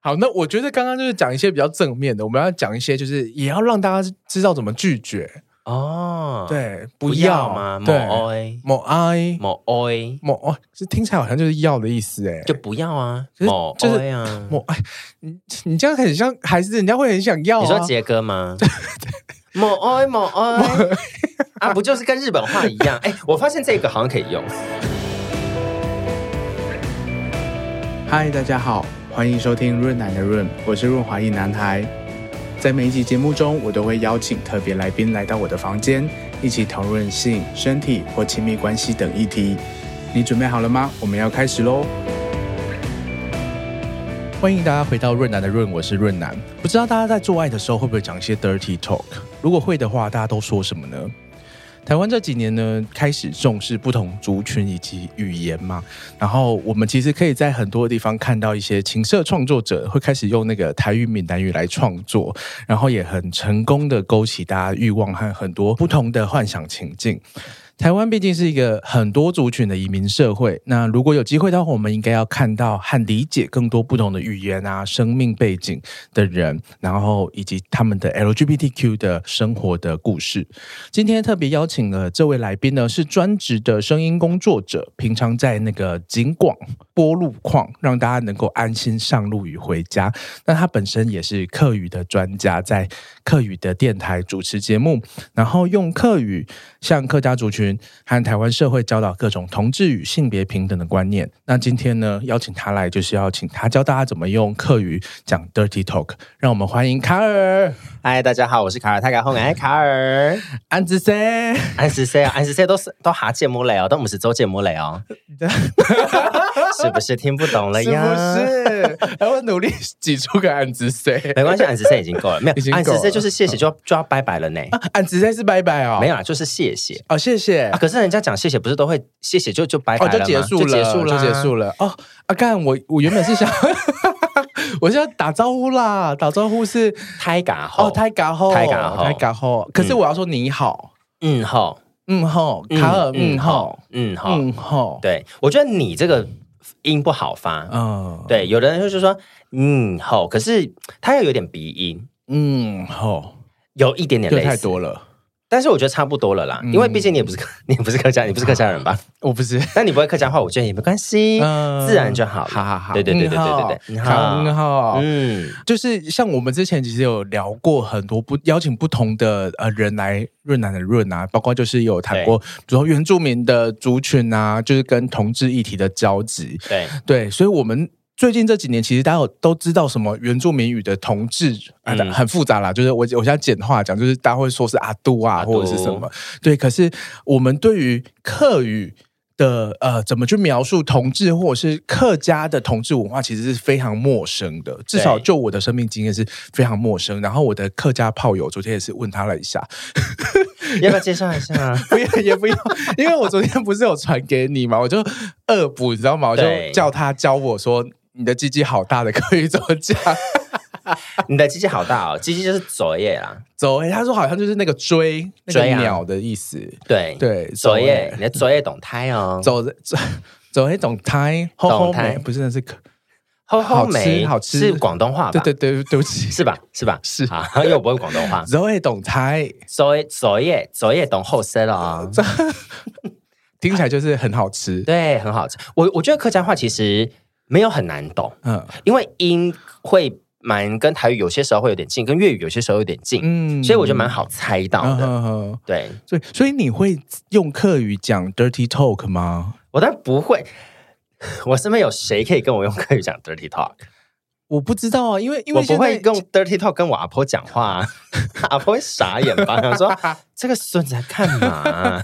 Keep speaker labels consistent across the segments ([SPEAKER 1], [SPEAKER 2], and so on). [SPEAKER 1] 好，那我觉得刚刚就是讲一些比较正面的，我们要讲一些就是也要让大家知道怎么拒绝，
[SPEAKER 2] 哦，，
[SPEAKER 1] 对，
[SPEAKER 2] 不
[SPEAKER 1] 要
[SPEAKER 2] 要吗？某
[SPEAKER 1] 对，
[SPEAKER 2] O
[SPEAKER 1] 某哀
[SPEAKER 2] 某 O
[SPEAKER 1] 某哦，是听起来好像就是要的意思哎，
[SPEAKER 2] 就不要啊，
[SPEAKER 1] 就是
[SPEAKER 2] 某
[SPEAKER 1] 就是
[SPEAKER 2] O 啊。
[SPEAKER 1] 某哀，你你这样很像孩子，人家会很想要、啊。
[SPEAKER 2] 你说杰哥 吗？某 O 某 O 啊，不就是跟日本话一样？哎，我发现这个好像可以用。
[SPEAKER 3] 嗨，大家好，欢迎收听润奶的润，我是润滑一男孩。在每一集节目中，我都会邀请特别来宾来到我的房间，一起讨论性、身体或亲密关系等议题。你准备好了吗？我们要开始喽！
[SPEAKER 1] 欢迎大家回到润南的润，我是润南。不知道大家在做爱的时候会不会讲一些 dirty talk？如果会的话，大家都说什么呢？台湾这几年呢，开始重视不同族群以及语言嘛，然后我们其实可以在很多地方看到一些情色创作者会开始用那个台语、闽南语来创作，然后也很成功的勾起大家欲望和很多不同的幻想情境。台湾毕竟是一个很多族群的移民社会，那如果有机会的话，我们应该要看到和理解更多不同的语言啊、生命背景的人，然后以及他们的 LGBTQ 的生活的故事。今天特别邀请了这位来宾呢，是专职的声音工作者，平常在那个景广播路况，让大家能够安心上路与回家。那他本身也是客语的专家，在客语的电台主持节目，然后用客语向客家族群和台湾社会教导各种同志与性别平等的观念。那今天呢，邀请他来，就是要请他教大家怎么用客语讲 dirty talk。让我们欢迎卡尔
[SPEAKER 2] 嗨，大家好，我是卡尔泰卡后哎，卡尔
[SPEAKER 1] 安子森。
[SPEAKER 2] 安十岁啊，安十岁都是都哈芥末雷哦，都不是周芥末雷哦， 是不是听不懂了
[SPEAKER 1] 是
[SPEAKER 2] 呀？
[SPEAKER 1] 不是？ 哎，我努力挤出个安子 森。
[SPEAKER 2] 没关系，安十岁已经够了，没嗯哦
[SPEAKER 1] 已经
[SPEAKER 2] 有
[SPEAKER 1] 够了
[SPEAKER 2] 安十岁就是谢谢就要就要拜拜了呢，
[SPEAKER 1] 安啊子森是拜拜哦，
[SPEAKER 2] 没
[SPEAKER 1] 有
[SPEAKER 2] 有啦，就是谢谢。
[SPEAKER 1] 哦，谢谢
[SPEAKER 2] 啊，。可是人家讲谢谢不是都会谢谢就就拜拜
[SPEAKER 1] 哦，
[SPEAKER 2] 了吗
[SPEAKER 1] 就结束了，
[SPEAKER 2] 就结束了，
[SPEAKER 1] 就结束了。哦，啊，干，我我原本是想， 我是要打招呼啦，打招呼是
[SPEAKER 2] 胎嘎吼，
[SPEAKER 1] 哦，太嘎吼，
[SPEAKER 2] 太嘎吼
[SPEAKER 1] 太嘎吼。可是我要说你好，
[SPEAKER 2] 嗯吼，
[SPEAKER 1] 嗯吼，卡尔，嗯吼，，
[SPEAKER 2] 嗯吼，
[SPEAKER 1] 嗯吼，
[SPEAKER 2] 对我觉得你这个音不好发，
[SPEAKER 1] 嗯，，
[SPEAKER 2] 对，有的人就是说嗯吼，可是他又有点鼻音，
[SPEAKER 1] 嗯吼，
[SPEAKER 2] 有一点点
[SPEAKER 1] 就
[SPEAKER 2] 类
[SPEAKER 1] 太
[SPEAKER 2] 似，
[SPEAKER 1] 多了。
[SPEAKER 2] 但是我觉得差不多了啦，
[SPEAKER 1] 嗯
[SPEAKER 2] 因为毕竟你也不是客 你也不是客家，你不是客家 人吧？
[SPEAKER 1] 我不是，
[SPEAKER 2] 但你不会客家话，我觉得也没关系，
[SPEAKER 1] 嗯
[SPEAKER 2] 自然就好了。
[SPEAKER 1] 好好好，
[SPEAKER 2] 对对对对对对对，
[SPEAKER 1] 嗯好，嗯好，
[SPEAKER 2] 嗯，
[SPEAKER 1] 就是像我们之前其实有聊过很多不邀请不同的呃人来润南的润啊，包括就是有谈过，比如说原住民的族群啊，就是跟同志议题的交集，
[SPEAKER 2] 对，
[SPEAKER 1] 对，所以我们。最近这几年，其实大家有都知道什么原住民语的同志啊、
[SPEAKER 2] 嗯
[SPEAKER 1] 很复杂啦。就是我我现在简化讲，就是大家会说是阿杜啊，
[SPEAKER 2] 阿杜
[SPEAKER 1] 或者是什么。对，可是我们对于客语的呃，怎么去描述同志或者是客家的同志文化，其实是非常陌生的。至少
[SPEAKER 2] 对
[SPEAKER 1] 就我的生命经验是非常陌生。然后我的客家炮友昨天也是问他了一下，
[SPEAKER 2] 要不要介绍 一下？
[SPEAKER 1] 不要也不要，因为我昨天不是有传给你嘛，我就恶补，你知道吗？我就
[SPEAKER 2] 对
[SPEAKER 1] 叫他教我说你的鸡鸡好大的可以怎么讲？
[SPEAKER 2] 你的鸡鸡好大哦，鸡鸡就是左叶啦，
[SPEAKER 1] 走、欸，他说好像就是那个追那个
[SPEAKER 2] 追啊
[SPEAKER 1] 鸟的意思，
[SPEAKER 2] 对，
[SPEAKER 1] 对，
[SPEAKER 2] 左
[SPEAKER 1] 耶
[SPEAKER 2] 叶，你的左叶懂胎哦，
[SPEAKER 1] 走着走走黑懂胎，后后
[SPEAKER 2] 懂胎
[SPEAKER 1] 美不是那是可，
[SPEAKER 2] 后后
[SPEAKER 1] 好吃
[SPEAKER 2] 梅
[SPEAKER 1] 好吃
[SPEAKER 2] 是广东话吧？
[SPEAKER 1] 对对对，对不起，
[SPEAKER 2] 是吧？是吧？
[SPEAKER 1] 是
[SPEAKER 2] 啊， 因为我不会广东 话。
[SPEAKER 1] 走黑懂胎，
[SPEAKER 2] 左叶左叶左叶懂后生 了哦，
[SPEAKER 1] 听起来就是很好吃，
[SPEAKER 2] 对，很好吃。我我觉得客家话其实没有很难懂，
[SPEAKER 1] 嗯
[SPEAKER 2] 因为音会蛮跟台语有些时候会有点近，跟粤语有些时候有点近，
[SPEAKER 1] 嗯
[SPEAKER 2] 所以我觉得蛮好猜到
[SPEAKER 1] 嗯
[SPEAKER 2] 的。
[SPEAKER 1] 哼哼
[SPEAKER 2] 对
[SPEAKER 1] 所以所以你会用客语讲 dirty talk 吗？
[SPEAKER 2] 我当然不会， 我身边有谁可以跟我用客语讲 dirty talk？
[SPEAKER 1] 我不知道啊，因为因为
[SPEAKER 2] 我不会
[SPEAKER 1] 现在
[SPEAKER 2] 用 dirty talk 跟我阿婆讲话、啊， 阿婆会傻眼吧？想说这个孙子在干嘛？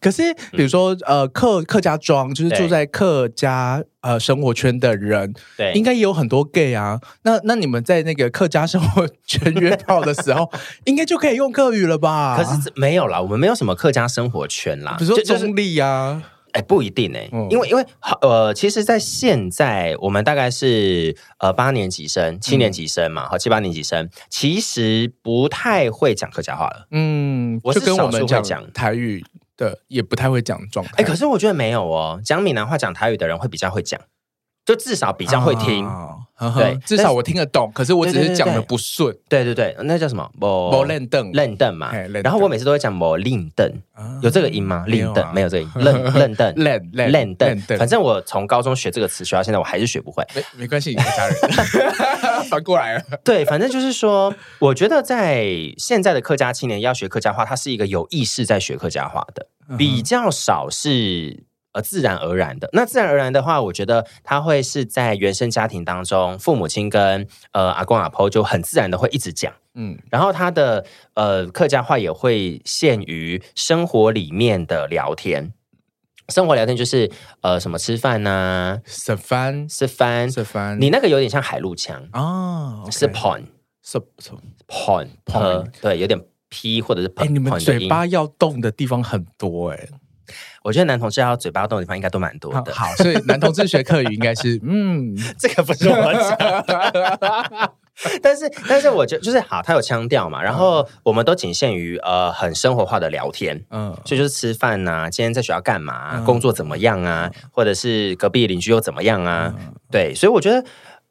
[SPEAKER 1] 可是，比如说，呃，客客家庄就是
[SPEAKER 2] 嗯对
[SPEAKER 1] 住在客家呃生活圈的人，
[SPEAKER 2] 对，
[SPEAKER 1] 应该也有很多 gay 啊。那那你们在那个客家生活圈约炮的时 候，应该就可以用客语了吧？
[SPEAKER 2] 可是这没有啦，我们没有什么客家生活圈啦，
[SPEAKER 1] 比如说
[SPEAKER 2] 就就是
[SPEAKER 1] 中立啊，
[SPEAKER 2] 哎，不一定哎、
[SPEAKER 1] 嗯
[SPEAKER 2] 因为因为呃，其实，在现在我们大概是呃八年级生、七
[SPEAKER 1] 嗯
[SPEAKER 2] 年级生嘛，好、七八年级生，其实不太会讲客家话了。
[SPEAKER 1] 嗯，
[SPEAKER 2] 我
[SPEAKER 1] 就是跟我们
[SPEAKER 2] 少数会
[SPEAKER 1] 讲
[SPEAKER 2] 讲哎
[SPEAKER 1] 台语的也不太会讲状态。
[SPEAKER 2] 哎，可是我觉得没有哦，讲闽南话、讲台语的人会比较会讲，就至少比较会听。
[SPEAKER 1] 啊呵呵
[SPEAKER 2] 对
[SPEAKER 1] 至
[SPEAKER 2] 但
[SPEAKER 1] 少
[SPEAKER 2] 是
[SPEAKER 1] 我听得懂，可是我只
[SPEAKER 2] 对
[SPEAKER 1] 是
[SPEAKER 2] 对对哦
[SPEAKER 1] 讲的
[SPEAKER 2] 对
[SPEAKER 1] 不顺。
[SPEAKER 2] 对对对，那叫什么？
[SPEAKER 1] 不
[SPEAKER 2] 某
[SPEAKER 1] 认凳
[SPEAKER 2] 愣凳嘛
[SPEAKER 1] 嘿愣。
[SPEAKER 2] 然后
[SPEAKER 1] 凳
[SPEAKER 2] 我每次都会讲某令凳，
[SPEAKER 1] 啊
[SPEAKER 2] 有这个音吗？
[SPEAKER 1] 没有
[SPEAKER 2] 令凳
[SPEAKER 1] 啊。
[SPEAKER 2] 没有这个音，愣愣凳
[SPEAKER 1] 愣愣
[SPEAKER 2] 愣
[SPEAKER 1] 愣
[SPEAKER 2] 凳，
[SPEAKER 1] 凳
[SPEAKER 2] 反正我从高中学这个词学到现在，我还是学不会。
[SPEAKER 1] 没没关系，你是家人， 反过来了。
[SPEAKER 2] 对，反正就是说，我觉得在现在的客家青年要学客家话，他是一个有意识在学客家话的，
[SPEAKER 1] 嗯
[SPEAKER 2] 比较少是呃自然而然的。那自然而然的话，我觉得他会是在原生家庭当中，父母亲跟呃阿公阿婆就很自然的会一直讲。
[SPEAKER 1] 嗯
[SPEAKER 2] 然后他的呃客家话也会限于生活里面的聊天，生活聊天就是呃什么吃饭呐、
[SPEAKER 1] 沈帆，
[SPEAKER 2] 吃饭，
[SPEAKER 1] 沈帆，
[SPEAKER 2] 你那个有点像海陆腔，
[SPEAKER 1] 啊
[SPEAKER 2] 是 pon
[SPEAKER 1] 是
[SPEAKER 2] pon
[SPEAKER 1] pon
[SPEAKER 2] 呃对，有点 p 或者是 pon
[SPEAKER 1] 哎，你们
[SPEAKER 2] pon 的
[SPEAKER 1] 嘴
[SPEAKER 2] 音
[SPEAKER 1] 巴要动的地方很多哎。
[SPEAKER 2] 我觉得男同志要嘴巴动的地方应该都蛮多
[SPEAKER 1] 好
[SPEAKER 2] 的，
[SPEAKER 1] 好， 所以男同志学课语应该是嗯，
[SPEAKER 2] 这个不是我讲的。但是，但是我觉得就是好，他有腔调嘛，然后我们都仅限于呃很生活化的聊天，
[SPEAKER 1] 嗯
[SPEAKER 2] 所以就是吃饭呐、今天在学校干嘛啊、
[SPEAKER 1] 嗯
[SPEAKER 2] 工作怎么样啊？或者是隔壁邻居又怎么样啊？
[SPEAKER 1] 嗯
[SPEAKER 2] 对，所以我觉得，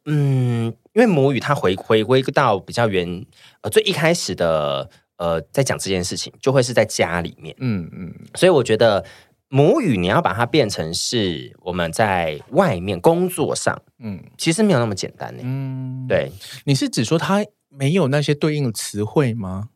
[SPEAKER 2] 嗯，因为母语它回回归到比较原呃最一开始的呃，在讲这件事情，就会是在家里面，
[SPEAKER 1] 嗯嗯
[SPEAKER 2] 所以我觉得母语你要把它变成是我们在外面工作上，
[SPEAKER 1] 嗯
[SPEAKER 2] 其实没有那么简单呢、
[SPEAKER 1] 嗯，，
[SPEAKER 2] 对，
[SPEAKER 1] 你是指说他没有那些对应的词汇吗？
[SPEAKER 2] 嗯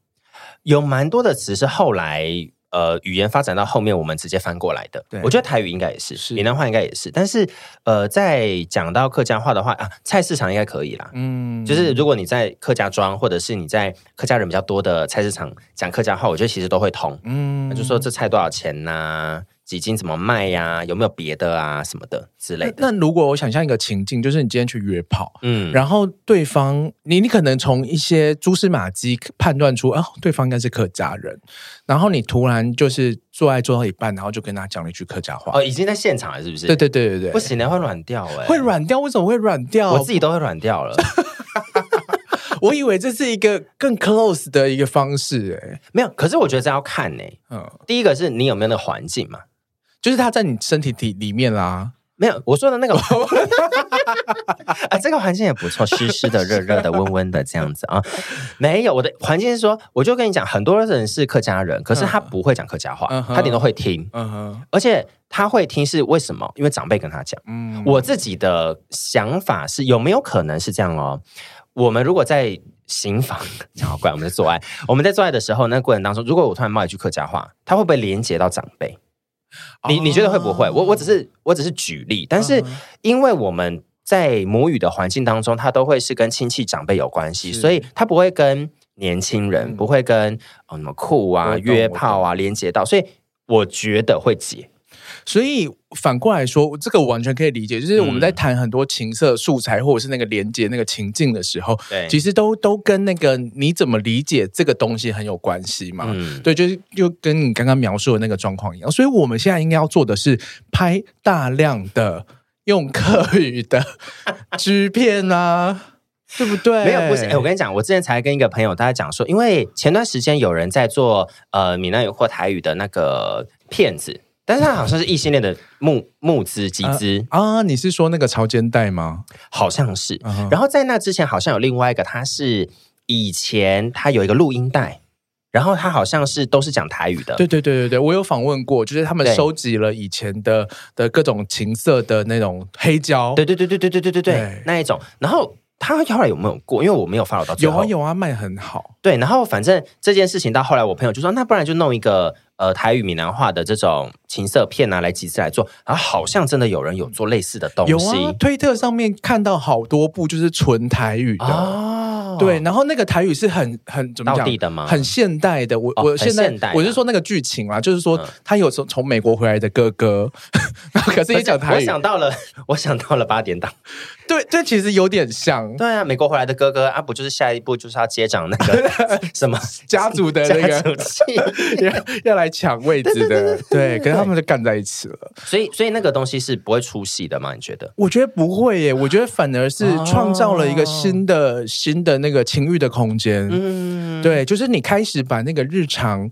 [SPEAKER 2] 有蛮多的词是后来呃语言发展到后面我们直接翻过来的
[SPEAKER 1] 对。
[SPEAKER 2] 我觉得台语应该也是，
[SPEAKER 1] 是
[SPEAKER 2] 闽南话应该也是。但是呃，在讲到客家话的话啊，菜市场应该可以啦。
[SPEAKER 1] 嗯，
[SPEAKER 2] 就是如果你在客家庄，或者是你在客家人比较多的菜市场讲客家话，我觉得其实都会通。
[SPEAKER 1] 嗯
[SPEAKER 2] 就说这菜多少钱呐、几斤怎么卖呀、有没有别的啊什么的之类的。
[SPEAKER 1] 那那如果我想象一个情境，就是你今天去约炮，
[SPEAKER 2] 嗯，
[SPEAKER 1] 然后对方，你你可能从一些蛛丝马迹判断出，哦，对方应该是客家人，然后你突然就是做爱做到一半，然后就跟他讲了一句客家话，
[SPEAKER 2] 哦，已经在现场了，是不是？
[SPEAKER 1] 对对对对对，
[SPEAKER 2] 不行的，会软掉哎、
[SPEAKER 1] 会，软掉，为什么会软掉？
[SPEAKER 2] 我自己都会软掉了。
[SPEAKER 1] 我以为这是一个更 close 的一个方式、哎，
[SPEAKER 2] 没有，可是我觉得这要看欸呢、
[SPEAKER 1] 嗯，
[SPEAKER 2] 第一个是你有没有那个环境嘛？
[SPEAKER 1] 就是他在你身体体里面啦，
[SPEAKER 2] 没有，我说的 那个，啊，这个环境也不错，湿湿的、热热的、温温的这样子啊。没有，我的环境是说，我就跟你讲，很多人是客家人，可是他不会讲客家话，
[SPEAKER 1] 嗯哼
[SPEAKER 2] 他顶多会听，
[SPEAKER 1] 嗯哼，
[SPEAKER 2] 而且他会听是为什么？因为长辈跟他讲。
[SPEAKER 1] 嗯，
[SPEAKER 2] 我自己的想法是，有没有可能是这样哦？我们如果在行房， 好怪，我们在做爱，我们在做爱的时候，那过程当中，如果我突然冒一句客家话，它会不会连接到长辈？
[SPEAKER 1] 哦
[SPEAKER 2] 你你觉得会不会？我我只是我只是举例，但
[SPEAKER 1] 嗯
[SPEAKER 2] 是因为我们在母语的环境当中，它都会是跟亲戚长辈有关系，
[SPEAKER 1] 是
[SPEAKER 2] 所以它不会跟年轻人，
[SPEAKER 1] 嗯
[SPEAKER 2] 不会跟哦什么酷
[SPEAKER 1] 我
[SPEAKER 2] 啊、
[SPEAKER 1] 懂
[SPEAKER 2] 约炮啊连接到，所以我觉得会解。
[SPEAKER 1] 所以反过来说，这个我完全可以理解，就是我们
[SPEAKER 2] 嗯
[SPEAKER 1] 在谈很多情色素材或者是那个连接那个情境的时候，
[SPEAKER 2] 对
[SPEAKER 1] 其实都都跟那个你怎么理解这个东西很有关系嘛。
[SPEAKER 2] 嗯，
[SPEAKER 1] 对，就是就跟你刚刚描述的那个状况一样，所以我们现在应该要做的是拍大量的用客语 的支片啊，对不对？
[SPEAKER 2] 没有，不是。哎，我跟你讲，我之前才跟一个朋友大家讲说，因为前段时间有人在做呃闽南语或台语的那个骗子，但是他好像是异性恋的募募资集资，
[SPEAKER 1] 啊，你是说那个潮间带吗？
[SPEAKER 2] 好像是。
[SPEAKER 1] 嗯哼
[SPEAKER 2] 然后在那之前，好像有另外一个，他是以前他有一个录音带，然后他好像是都是讲台语的。
[SPEAKER 1] 对对对对对，我有访问过，就是他们
[SPEAKER 2] 对
[SPEAKER 1] 收集了以前的的各种情色的那种黑胶，
[SPEAKER 2] 对对对对对对对对
[SPEAKER 1] 对
[SPEAKER 2] 对，那一种。然后他后来有没有过？因为我没有 follow 到最
[SPEAKER 1] 有
[SPEAKER 2] 后。
[SPEAKER 1] 啊有啊，卖很好，
[SPEAKER 2] 对，然后反正这件事情到后来，我朋友就说，那不然就弄一个呃台语闽南话的这种情色片啊拿来集资来做，然后好像真的有人有做类似的东
[SPEAKER 1] 有啊，
[SPEAKER 2] 西
[SPEAKER 1] 推特上面看到好多部就是纯台语的。
[SPEAKER 2] 哦
[SPEAKER 1] 啊对，，然后那个台语是很很怎么
[SPEAKER 2] 道
[SPEAKER 1] 讲
[SPEAKER 2] 地的吗
[SPEAKER 1] 很现代的。我、
[SPEAKER 2] 哦
[SPEAKER 1] 我
[SPEAKER 2] 很
[SPEAKER 1] 现在
[SPEAKER 2] 现代的
[SPEAKER 1] 我是说那个剧情啦，就是说
[SPEAKER 2] 嗯
[SPEAKER 1] 他有从从美国回来的哥哥， 可是也讲
[SPEAKER 2] 我
[SPEAKER 1] 台语，
[SPEAKER 2] 想到了，我想到了八点档。
[SPEAKER 1] 对对，其实有点像
[SPEAKER 2] 对啊，美国回来的哥哥啊，不就是下一步就是要接掌那 个什么
[SPEAKER 1] 家族的那
[SPEAKER 2] 家
[SPEAKER 1] 个
[SPEAKER 2] 族企业
[SPEAKER 1] 要要来抢位置的，对，可是他们就干在一起了。
[SPEAKER 2] 所以所以那个东西是不会出戏的吗？你觉得？
[SPEAKER 1] 我觉得不会耶，我觉得反而是
[SPEAKER 2] 哦
[SPEAKER 1] 创造了一个新的、新的那个情欲的空间。
[SPEAKER 2] 嗯，
[SPEAKER 1] 对，就是你开始把那个日常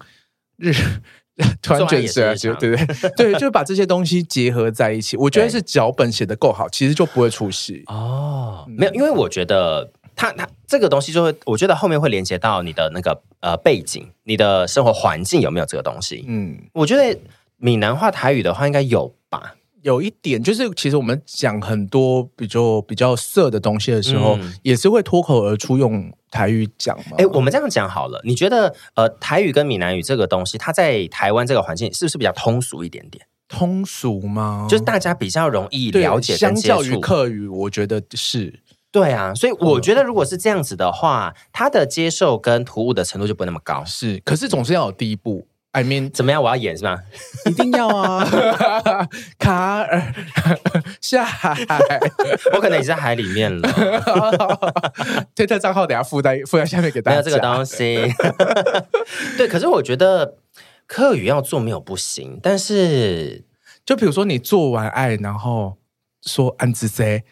[SPEAKER 1] 日 突然
[SPEAKER 2] 做爱
[SPEAKER 1] 卷
[SPEAKER 2] 也是
[SPEAKER 1] 舌，
[SPEAKER 2] 日
[SPEAKER 1] 对
[SPEAKER 2] 常
[SPEAKER 1] 对 对对，就是把这些东西结合在一起。我觉得
[SPEAKER 2] 对
[SPEAKER 1] 是脚本写的够好，其实就不会出戏。
[SPEAKER 2] 哦，
[SPEAKER 1] 嗯
[SPEAKER 2] 没有，因为我觉得它它这个东西就会，我觉得后面会连接到你的那个呃背景，你的生活环境有没有这个东西？
[SPEAKER 1] 嗯，
[SPEAKER 2] 我觉得闽南话、台语的话应该有吧。
[SPEAKER 1] 有一点就是，其实我们讲很多比较比较色的东西的时候，
[SPEAKER 2] 嗯
[SPEAKER 1] 也是会脱口而出用台语讲嘛。
[SPEAKER 2] 哎，我们这样讲好了，你觉得呃台语跟闽南语这个东西，它在台湾这个环境是不是比较通俗一点点？
[SPEAKER 1] 通俗吗？
[SPEAKER 2] 就是大家比较容易
[SPEAKER 1] 对
[SPEAKER 2] 了解
[SPEAKER 1] 相
[SPEAKER 2] 跟接
[SPEAKER 1] 较于
[SPEAKER 2] 触。
[SPEAKER 1] 客嗯语，我觉得是
[SPEAKER 2] 对啊，所以我觉得如果是这样子的话，它的接受跟突兀的程度就不会那么高。
[SPEAKER 1] 是，可是总是要有第一步。I mean，
[SPEAKER 2] 怎么样？我要演是吧？
[SPEAKER 1] 一定要啊！ 卡尔下海，
[SPEAKER 2] 我可能已经在海里面了。
[SPEAKER 1] 推特账号等下附在附在下面给大家。
[SPEAKER 2] 没有这个东西。 对，可是我觉得课语要做没有不行，但是
[SPEAKER 1] 就比如说你做完爱，然后说安子 C，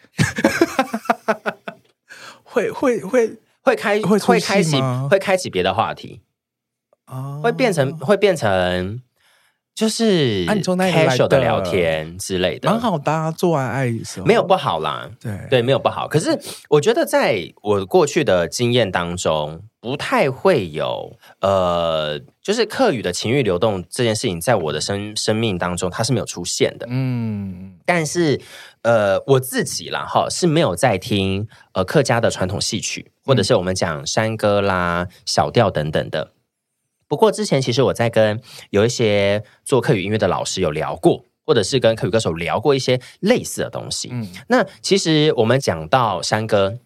[SPEAKER 1] 会会会
[SPEAKER 2] 会开
[SPEAKER 1] 会出戏
[SPEAKER 2] 会开启
[SPEAKER 1] 吗
[SPEAKER 2] 会开启别的话题，
[SPEAKER 1] 啊
[SPEAKER 2] 会变成、会变成就是
[SPEAKER 1] 啊你从哪里来的
[SPEAKER 2] casual 的聊天之类的，
[SPEAKER 1] 蛮好的、啊。做完爱的时候
[SPEAKER 2] 没有不好啦。
[SPEAKER 1] 对
[SPEAKER 2] 对，没有不好。可是我觉得，在我过去的经验当中，不太会有呃，就是课语的情欲流动这件事情，在我的生生命当中，它是没有出现的。
[SPEAKER 1] 嗯
[SPEAKER 2] 但是呃，我自己啦哈是没有在听呃客家的传统戏曲，或者是我们讲山歌啦、小调等等的。不过之前其实我在跟有一些做客语音乐的老师有聊过，或者是跟客语歌手聊过一些类似的东西。
[SPEAKER 1] 嗯
[SPEAKER 2] 那其实我们讲到山歌，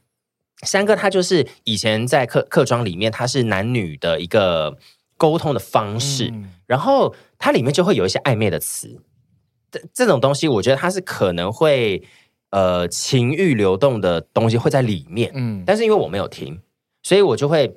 [SPEAKER 2] 山歌它就是以前在客客庄里面，它是男女的一个沟通的方式。
[SPEAKER 1] 嗯
[SPEAKER 2] 然后它里面就会有一些暧昧的词，这这种东西，我觉得它是可能会呃情欲流动的东西会在里面，
[SPEAKER 1] 嗯，
[SPEAKER 2] 但是因为我没有听，所以我就会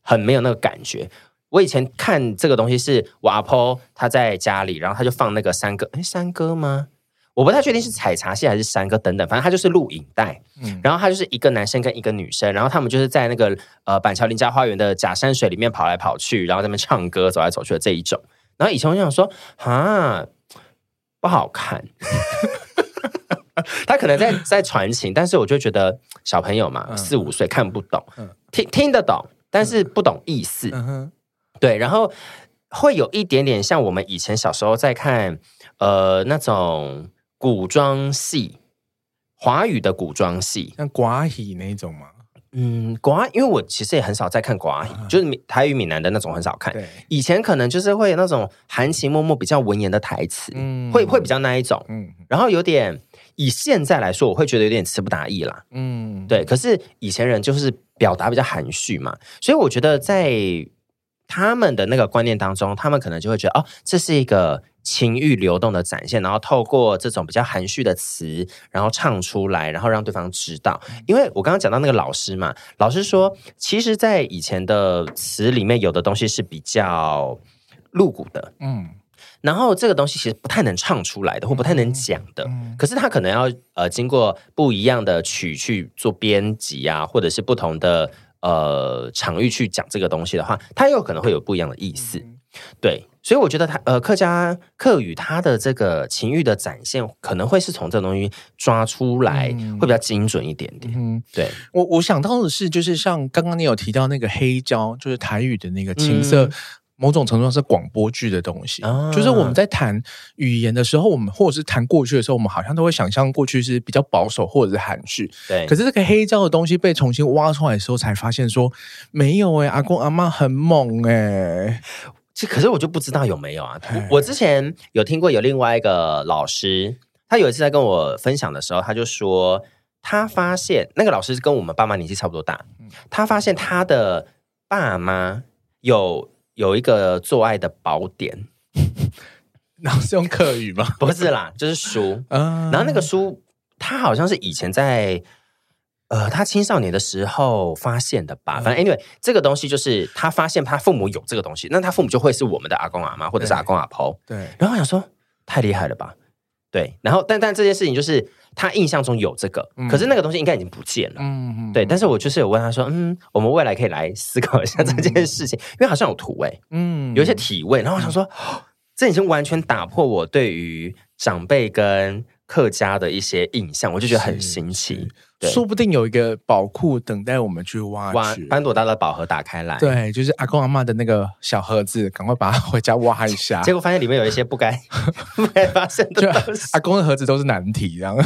[SPEAKER 2] 很没有那个感觉。我以前看这个东西是我阿婆她在家里，然后她就放那个山歌，哎，山歌吗？我不太确定是采茶戏还是山歌等等，反正它就是录影带，
[SPEAKER 1] 嗯
[SPEAKER 2] 然后他就是一个男生跟一个女生，然后他们就是在那个呃板桥林家花园的假山水里面跑来跑去，然后在那边唱歌走来走去的这一种。然后以前我就想说，啊，不好看。 他可能在在传情，但是我就觉得小朋友嘛，
[SPEAKER 1] 嗯
[SPEAKER 2] 四五岁看不懂
[SPEAKER 1] 嗯，
[SPEAKER 2] 听听得懂，但是不懂意思。
[SPEAKER 1] 嗯哼
[SPEAKER 2] 对，然后会有一点点像我们以前小时候在看呃那种古装戏，华语的古装戏。
[SPEAKER 1] 像寡喜那一种嘛，
[SPEAKER 2] 嗯，国外因为我其实也很少在看国外，就是闽台语、闽南的那种很少看。
[SPEAKER 1] 嗯对，
[SPEAKER 2] 以前可能就是会有那种含情脉脉、比较文言的台词，
[SPEAKER 1] 嗯
[SPEAKER 2] 会会比较那一种。
[SPEAKER 1] 嗯
[SPEAKER 2] 然后有点以现在来说，我会觉得有点词不达意啦。
[SPEAKER 1] 嗯，
[SPEAKER 2] 对，可是以前人就是表达比较含蓄嘛，所以我觉得在他们的那个观念当中，他们可能就会觉得哦，这是一个情欲流动的展现，然后透过这种比较含蓄的词，然后唱出来，然后让对方知道。因为我刚刚讲到那个老师嘛，老师说，其实，在以前的词里面，有的东西是比较露骨的，
[SPEAKER 1] 嗯
[SPEAKER 2] 然后这个东西其实不太能唱出来的，或不太能讲的。
[SPEAKER 1] 嗯
[SPEAKER 2] 可是他可能要呃经过不一样的曲去做编辑啊，或者是不同的呃场域去讲这个东西的话，它有可能会有不一样的意
[SPEAKER 1] 嗯
[SPEAKER 2] 思。对，所以我觉得他呃客家客语它的这个情欲的展现，可能会是从这个东西抓出来，
[SPEAKER 1] 嗯
[SPEAKER 2] 会比较精准一点点。
[SPEAKER 1] 嗯。
[SPEAKER 2] 对，
[SPEAKER 1] 我我想到的是，就是像刚刚你有提到那个黑胶，就是台语的那个情色，
[SPEAKER 2] 嗯
[SPEAKER 1] 某种程度上是广播剧的东西。
[SPEAKER 2] 啊
[SPEAKER 1] 就是我们在谈语言的时候，我们或者是谈过去的时候，我们好像都会想象过去是比较保守或者是含蓄。
[SPEAKER 2] 对，
[SPEAKER 1] 可
[SPEAKER 2] 是
[SPEAKER 1] 是这个黑胶的东西被重新挖出来的时候，才发现说没有哎、阿公阿妈很猛哎、
[SPEAKER 2] 这可是我就不知道有没有啊
[SPEAKER 1] 哎。
[SPEAKER 2] 我我之前有听过有另外一个老师，他有一次在跟我分享的时候，他就说他发现那个老师跟我们爸妈年纪差不多大，
[SPEAKER 1] 嗯
[SPEAKER 2] 他发现他的爸妈有有一个做爱的宝典，
[SPEAKER 1] 然后是用客语吗？
[SPEAKER 2] 不是 啦，就是书。
[SPEAKER 1] 嗯，
[SPEAKER 2] 然后那个书，他好像是以前在呃他青少年的时候发现的
[SPEAKER 1] 嗯
[SPEAKER 2] 吧。反正 anyway，这个东西就是他发现他父母有这个东西，那他父母就会是我们的阿公阿妈或者是
[SPEAKER 1] 对
[SPEAKER 2] 阿公阿婆。
[SPEAKER 1] 对，
[SPEAKER 2] 然后我想说太厉害了吧？对，然后但但这件事情就是他印象中有这个，
[SPEAKER 1] 嗯
[SPEAKER 2] 可是那个东西应该已经不见了。
[SPEAKER 1] 嗯，嗯
[SPEAKER 2] 对，，但是我就是有问他说，嗯，我们未来可以来思考一下这件事情，因为好像有土味，
[SPEAKER 1] 嗯
[SPEAKER 2] 有一些体味，然后我想说，哦这已经完全打破我对于长辈跟客家的一些印象，我就觉得很新奇。对
[SPEAKER 1] 说不定有一个宝库等待我们去挖
[SPEAKER 2] 哇
[SPEAKER 1] 掘，。
[SPEAKER 2] 班朵大的宝盒打开来，，
[SPEAKER 1] 对，就是阿公阿妈的那个小盒子，赶快把它 回家挖一下。
[SPEAKER 2] 结果发现里面有一些不该 不该发生
[SPEAKER 1] 就
[SPEAKER 2] 的东西。
[SPEAKER 1] 阿公的盒子都是难题，这样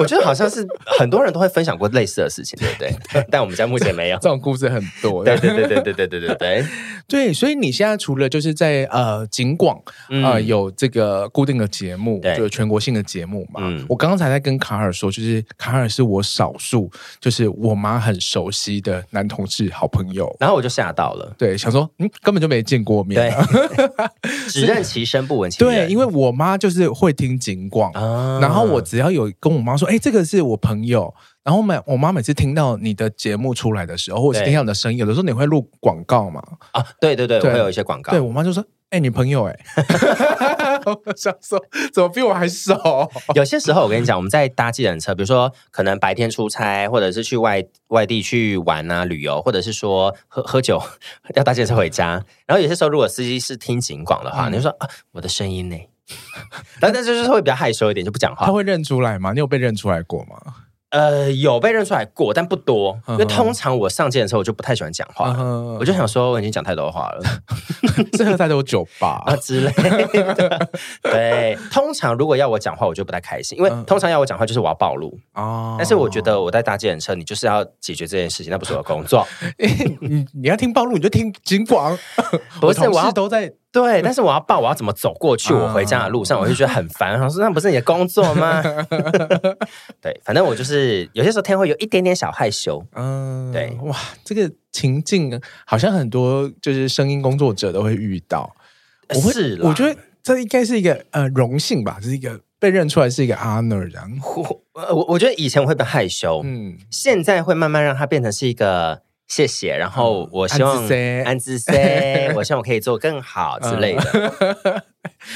[SPEAKER 2] 我觉得好像是很多人都会分享过类似的事情，对 不对？但我们家目前没有。
[SPEAKER 1] 这种故事很多。
[SPEAKER 2] 对对对对对对对对 对，
[SPEAKER 1] 对，所以你现在除了就是在呃景广
[SPEAKER 2] 嗯
[SPEAKER 1] 呃，有这个固定的节目，
[SPEAKER 2] 对
[SPEAKER 1] 就全国性的节目嘛。
[SPEAKER 2] 嗯
[SPEAKER 1] 我刚才在跟卡尔说，就是卡尔是我少数，就是我妈很熟悉的男同志好朋友。
[SPEAKER 2] 然后我就吓到了，
[SPEAKER 1] 对，想说，嗯，根本就没见过面
[SPEAKER 2] 对
[SPEAKER 1] 啊。，
[SPEAKER 2] 只认其声不闻其
[SPEAKER 1] 对，
[SPEAKER 2] 人，
[SPEAKER 1] 因为我妈就是会听警广，
[SPEAKER 2] 啊
[SPEAKER 1] 然后我只要有跟我妈说，哎、这个是我朋友。然后每我妈每次听到你的节目出来的时候，或者是
[SPEAKER 2] 对
[SPEAKER 1] 听到你的声音，有的时候你会录广告嘛？
[SPEAKER 2] 啊，对对对，
[SPEAKER 1] 对
[SPEAKER 2] 我会有一些广告
[SPEAKER 1] 对，我妈就说：“哎、你朋友哎、 我想说，怎么比我还少？
[SPEAKER 2] 有些时候，我跟你讲，我们在搭计程车，比如说可能白天出差，或者是去外外地去玩啊、旅游，或者是说喝 喝酒，要搭计程车回家。然后有些时候，如果司机是听警广的话，
[SPEAKER 1] 嗯
[SPEAKER 2] 你就说啊，我的声音呢？ 但但就是会比较害羞一点，就不讲
[SPEAKER 1] 他
[SPEAKER 2] 话。
[SPEAKER 1] 会认出来吗？你有被认出来过吗？
[SPEAKER 2] 呃，有被认出来过，但不多，
[SPEAKER 1] 嗯
[SPEAKER 2] 因为通常我上计程车，我就不太喜欢讲话了。啊我
[SPEAKER 1] 我
[SPEAKER 2] 就想说，我已经讲太多话了
[SPEAKER 1] 适合在都有酒吧
[SPEAKER 2] 啊。之类的。对，通常如果要我讲话，我就不太开心，因为
[SPEAKER 1] 嗯
[SPEAKER 2] 通常要我讲话就是我要暴露。
[SPEAKER 1] 哦
[SPEAKER 2] 但是我觉得我在搭计程车，你就是要解决这件事情，那不是我的工作。
[SPEAKER 1] 你你要听暴露，你就听警广。
[SPEAKER 2] 不是
[SPEAKER 1] 我同
[SPEAKER 2] 我
[SPEAKER 1] 事
[SPEAKER 2] 要
[SPEAKER 1] 都在
[SPEAKER 2] 对，但是我要报，我要怎么走过去？
[SPEAKER 1] 啊
[SPEAKER 2] 我回家的路上，我就觉得很烦。我说那不是你的工作吗？ 对，反正我就是有些时候天会有一点点小害羞。
[SPEAKER 1] 嗯，
[SPEAKER 2] 对
[SPEAKER 1] 哇，这个情境好像很多就是声音工作者都会遇到。我会，
[SPEAKER 2] 是啦
[SPEAKER 1] 我觉得这应该是一个呃荣幸吧，这是一个被认出来是一个 honor 这样。
[SPEAKER 2] 我我我觉得以前我会比较害羞，
[SPEAKER 1] 嗯，
[SPEAKER 2] 现在会慢慢让它变成是一个谢谢，然后我希望
[SPEAKER 1] 嗯安自嗯 say
[SPEAKER 2] 安 自 say，我希望我可以做更好之类的。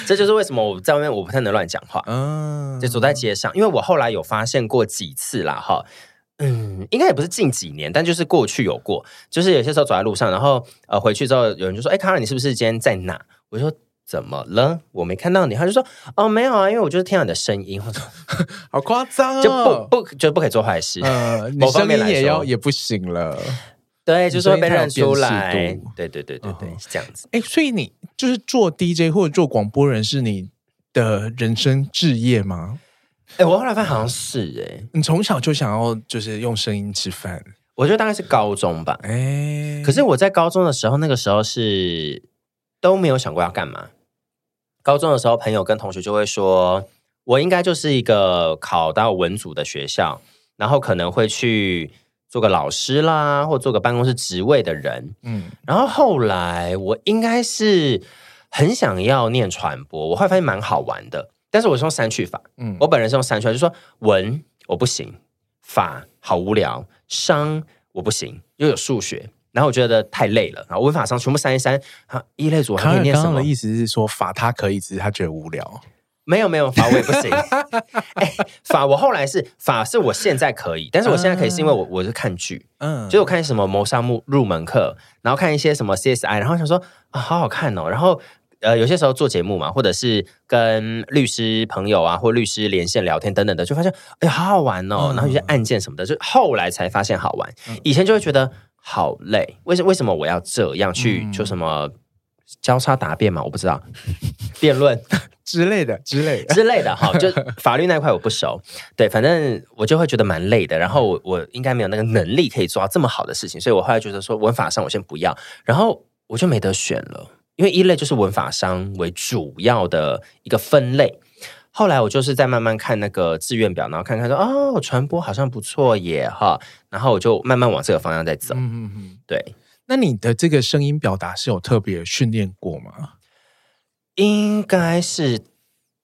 [SPEAKER 2] 这就是为什么我在外面我不太能乱讲话。
[SPEAKER 1] 嗯，
[SPEAKER 2] 就走在街上，因为我后来有发现过几次啦，哈，嗯，应该也不是近几年，但就是过去有过，就是有些时候走在路上，然后呃回去之后，有人就说：“哎、卡尔，你是不是今天在哪？”我就说。怎么了？我没看到你。他就说：“哦，没有啊，因为我就是听到你的声音，我说
[SPEAKER 1] 好夸张
[SPEAKER 2] 就不
[SPEAKER 1] 哦。
[SPEAKER 2] 不就不可以做坏事。
[SPEAKER 1] 呃，你
[SPEAKER 2] 某方
[SPEAKER 1] 声
[SPEAKER 2] 面
[SPEAKER 1] 音
[SPEAKER 2] 来
[SPEAKER 1] 也要
[SPEAKER 2] 说
[SPEAKER 1] 也不行了。
[SPEAKER 2] 对，就是会被认出
[SPEAKER 1] 你声音太有辨
[SPEAKER 2] 来
[SPEAKER 1] 识度。
[SPEAKER 2] 对对对对对，
[SPEAKER 1] 嗯
[SPEAKER 2] 是这样子。
[SPEAKER 1] 哎，所以你就是做 DJ 或者做广播人是你的人生置业吗？
[SPEAKER 2] 哎、我后来发现好像是哎、
[SPEAKER 1] 你从小就想要就是用声音吃饭，
[SPEAKER 2] 我觉得大概是高中吧。
[SPEAKER 1] 哎，
[SPEAKER 2] 可是我在高中的时候，那个时候是都没有想过要干嘛。高中的时候，朋友跟同学就会说，我应该就是一个考到文组的学校，然后可能会去做个老师啦，或做个办公室职位的人。
[SPEAKER 1] 嗯
[SPEAKER 2] 然后后来我应该是很想要念传播，我后来发现蛮好玩的，但是我是用删去法，
[SPEAKER 1] 嗯，
[SPEAKER 2] 我本人是用删去法，就说文我不行，法好无聊，商我不行，又有数学，然后我觉得太累了，然后文法商全部删一删，啊，一类组还
[SPEAKER 1] 卡
[SPEAKER 2] 可以
[SPEAKER 1] 尔
[SPEAKER 2] 念
[SPEAKER 1] 刚
[SPEAKER 2] 什
[SPEAKER 1] 刚
[SPEAKER 2] 么
[SPEAKER 1] 的？意思是说法他可以，只是他觉得无聊。
[SPEAKER 2] 没有没有法我也不行， 哎，法我后来是法是我现在可以，但是我现在可以是因为我
[SPEAKER 1] 啊
[SPEAKER 2] 我是看剧，
[SPEAKER 1] 嗯，
[SPEAKER 2] 所以我看什么谋杀目入门课，然后看一些什么 CSI，然后想说啊，好好看哦。然后呃，有些时候做节目嘛，或者是跟律师朋友啊，或律师连线聊天等等的，就发现哎呀，好好玩哦。
[SPEAKER 1] 嗯
[SPEAKER 2] 然后有些案件什么的，就后来才发现好玩，以前就会觉得好累。为什为什么我要这样去
[SPEAKER 1] 嗯
[SPEAKER 2] 就什么交叉答辩嘛？我不知道辩论。
[SPEAKER 1] 之类的之类的，
[SPEAKER 2] 之类的哈，就法律那一块我不熟，对，反正我就会觉得蛮累的。然后我我应该没有那个能力可以做到这么好的事情，所以我后来觉得说文法上我先不要，然后我就没得选了，因为一类就是文法商为主要的一个分类。后来我就是在慢慢看那个志愿表，然后看看说哦，传播好像不错耶哈，然后我就慢慢往这个方向在走。
[SPEAKER 1] 嗯嗯嗯。
[SPEAKER 2] 对，
[SPEAKER 1] 那你的这个声音表达是有特别训练过吗？
[SPEAKER 2] 应该是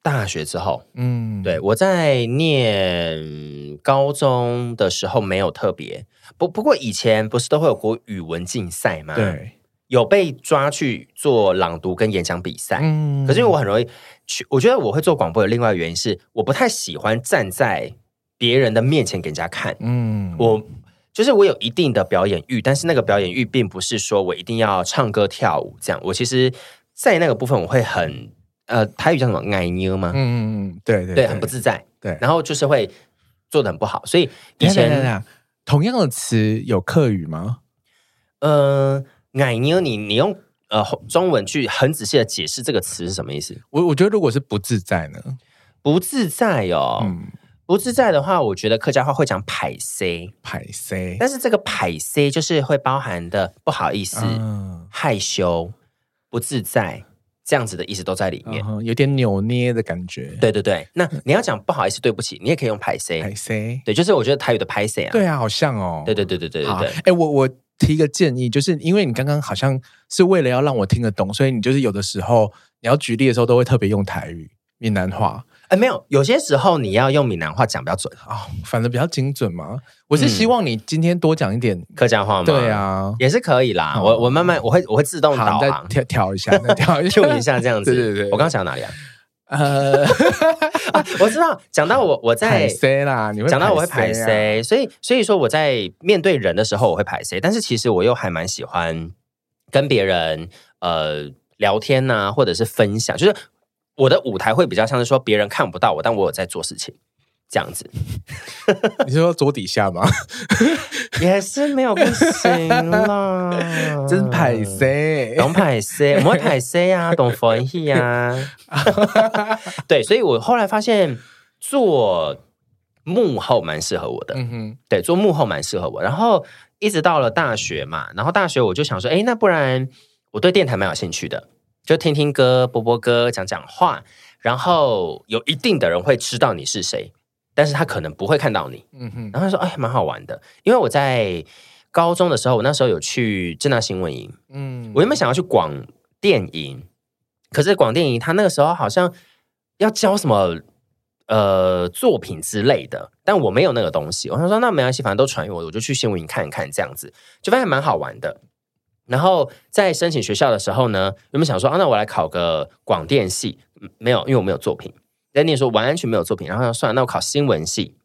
[SPEAKER 2] 大学之后，
[SPEAKER 1] 嗯，
[SPEAKER 2] 对，，我在念高中的时候没有特别，不不过以前不是都会有国语文竞赛吗？，
[SPEAKER 1] 对，
[SPEAKER 2] 有被抓去做朗读跟演讲比赛。
[SPEAKER 1] 嗯
[SPEAKER 2] 可是因为我很容易去，我觉得我会做广播的另外一个原因是，我不太喜欢站在别人的面前给人家看。
[SPEAKER 1] 嗯，
[SPEAKER 2] 我就是我有一定的表演欲，但是那个表演欲并不是说我一定要唱歌跳舞这样。我其实在那个部分我会很呃，台语叫什么矮妞吗？
[SPEAKER 1] 嗯嗯嗯，对对
[SPEAKER 2] 对，很不自在。
[SPEAKER 1] 对
[SPEAKER 2] 然后就是会做的很不好，所以以
[SPEAKER 1] 等一下等一下等一
[SPEAKER 2] 前
[SPEAKER 1] 下同样的词有客语吗？
[SPEAKER 2] 呃，矮妞你你用呃中文去很仔细的解释这个词是什么意思？
[SPEAKER 1] 我我觉得如果是不自在呢，
[SPEAKER 2] 不自在哦，
[SPEAKER 1] 嗯，
[SPEAKER 2] 不自在的话，我觉得客家话会讲排 C，
[SPEAKER 1] 排 C，
[SPEAKER 2] 但是这个排 C 就是会包含的不好意思、
[SPEAKER 1] 嗯
[SPEAKER 2] 害羞、不自在这样子的意思都在里面。
[SPEAKER 1] 嗯哼有点扭捏的感觉，
[SPEAKER 2] 对对对，那你要讲不好意思、对不起，你也可以用排
[SPEAKER 1] 排
[SPEAKER 2] C。
[SPEAKER 1] C，
[SPEAKER 2] 对，就是我觉得台语的排 C 啊，
[SPEAKER 1] 对啊，好像哦，
[SPEAKER 2] 对对对对对对
[SPEAKER 1] 好，
[SPEAKER 2] 对
[SPEAKER 1] 哎、我我提一个建议，就是因为你刚刚好像是为了要让我听得懂，所以你就是有的时候你要举例的时候都会特别用台语、闽南话
[SPEAKER 2] 哎，没有，有些时候你要用闽南话讲比较准，
[SPEAKER 1] 啊、反正比较精准嘛。我是
[SPEAKER 2] 嗯
[SPEAKER 1] 希望你今天多讲一点，
[SPEAKER 2] 客家话吗？
[SPEAKER 1] 对，啊，
[SPEAKER 2] 也是可以啦。
[SPEAKER 1] 嗯
[SPEAKER 2] 我我慢慢我会我会自动导
[SPEAKER 1] 好，你再
[SPEAKER 2] 航。
[SPEAKER 1] 调调一下，再调 一
[SPEAKER 2] Q
[SPEAKER 1] 下，
[SPEAKER 2] 啊一下这样子，
[SPEAKER 1] 对对对
[SPEAKER 2] 我刚刚讲到哪里啊？
[SPEAKER 1] 呃，
[SPEAKER 2] 啊，我知道，讲到我我在
[SPEAKER 1] 排 C 啊啦，你会
[SPEAKER 2] 讲到我会排
[SPEAKER 1] 排
[SPEAKER 2] C，所以所以说我在面对人的时候我会排 C，但是其实我又还蛮喜欢跟别人呃聊天呐、或者是分享，就是我的舞台会比较像是说别人看不到我，但我有在做事情。这 样子
[SPEAKER 1] 啊，你是说桌底下吗？，
[SPEAKER 2] 也是没有不行啦
[SPEAKER 1] 真排
[SPEAKER 2] 啊
[SPEAKER 1] C，
[SPEAKER 2] 嗯懂派 C，我们会派 C 啊，懂翻译啊。对，所以我后来发现做幕后蛮适合我的，
[SPEAKER 1] 嗯哼，
[SPEAKER 2] 对，做幕后蛮适合我。然后一直到了大学嘛，然后大学我就想说，哎，那不然我对电台蛮有兴趣的，就听听歌、播播歌、讲讲话。然后有一定的人会知道你是谁，但是他可能不会看到你。
[SPEAKER 1] 嗯哼，
[SPEAKER 2] 然后他说，哎，蛮好玩的，因为我在高中的时候，我那时候有去正大新闻营。
[SPEAKER 1] 嗯
[SPEAKER 2] 我原本想要去广电影，可是广电影它那个时候好像要教什么呃作品之类的，但我没有那个东西。我想说那没关系，反正都传给我，我就去新闻营看一看这样子，就发现蛮好玩的。然后在申请学校的时候呢，原本想说啊，那我来考个广电系，嗯没有，因为我没有作品。在念说完完全没有作品，然后想算了，那我考新闻系。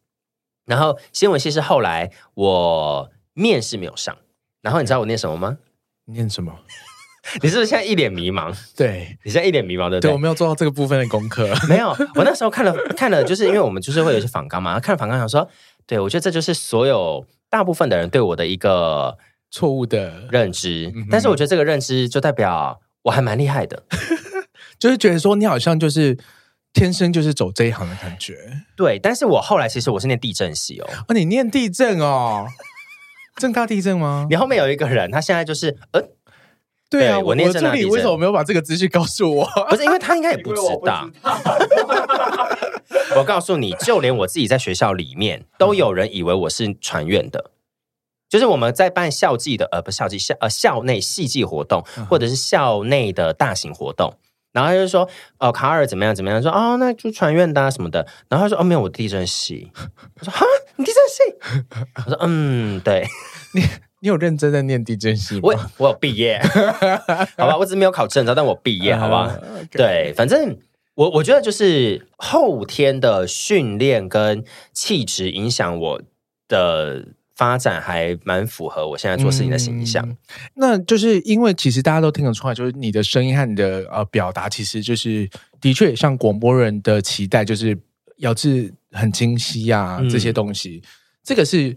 [SPEAKER 2] 然后新闻系是后来我面试没有上，然后你知道我念什么吗？
[SPEAKER 1] 念什么？
[SPEAKER 2] 你是不是现在一脸迷茫？
[SPEAKER 1] 对。
[SPEAKER 2] 你现在一脸迷茫，对不
[SPEAKER 1] 对，我
[SPEAKER 2] 对？
[SPEAKER 1] 没有做到这个部分的功课。
[SPEAKER 2] 没有，我那时候看了 看了，就是因为我们就是会有一些访纲嘛，看了访纲想说，对我觉得这就是所有大部分的人对我的一个
[SPEAKER 1] 错误的，
[SPEAKER 2] 认知
[SPEAKER 1] 嗯哼，
[SPEAKER 2] 但是我觉得这个认知就代表我还蛮厉害的，
[SPEAKER 1] 就是觉得说你好像就是天生就是走这一行的感觉。
[SPEAKER 2] 对。但是我后来其实我是念地震系哦，
[SPEAKER 1] 哦，你念地震哦，正大地震吗？
[SPEAKER 2] 你后面有一个人，他现在就是呃，
[SPEAKER 1] 对啊，
[SPEAKER 2] 对
[SPEAKER 1] 我
[SPEAKER 2] 我念
[SPEAKER 1] 我
[SPEAKER 2] 正
[SPEAKER 1] 助
[SPEAKER 2] 大地
[SPEAKER 1] 理
[SPEAKER 2] 震
[SPEAKER 1] 为什么没有把这个资讯告诉我？
[SPEAKER 2] 不是因为他应该也不知道。 我告诉你，就连我自己在学校里面，都有人以为我是传院的。就是我们在办校际的，呃，不是校际校呃校内戏剧活动，或者是校内的大型活动，然后他就说，哦、卡尔怎么样怎么样，说哦，那就传院的、啊、什么的，然后他说，哦，没有，我地震系。我说，哈，你地震系？我说，嗯，对
[SPEAKER 1] 你有认真在念地震系
[SPEAKER 2] 我
[SPEAKER 1] 吗？
[SPEAKER 2] 我有毕业， 好吧，我只是没有考证照，但我毕业，好吧。
[SPEAKER 1] 呃，OK
[SPEAKER 2] 啊对，反正我我觉得就是后天的训练跟气质影响我的发展，还蛮符合我现在做事情的形象。
[SPEAKER 1] 嗯那就是因为其实大家都听得出来，就是你的声音和你的呃表达，其实就是的确像广播人的期待，就是咬字很清晰啊、
[SPEAKER 2] 嗯
[SPEAKER 1] 这些东西。这个是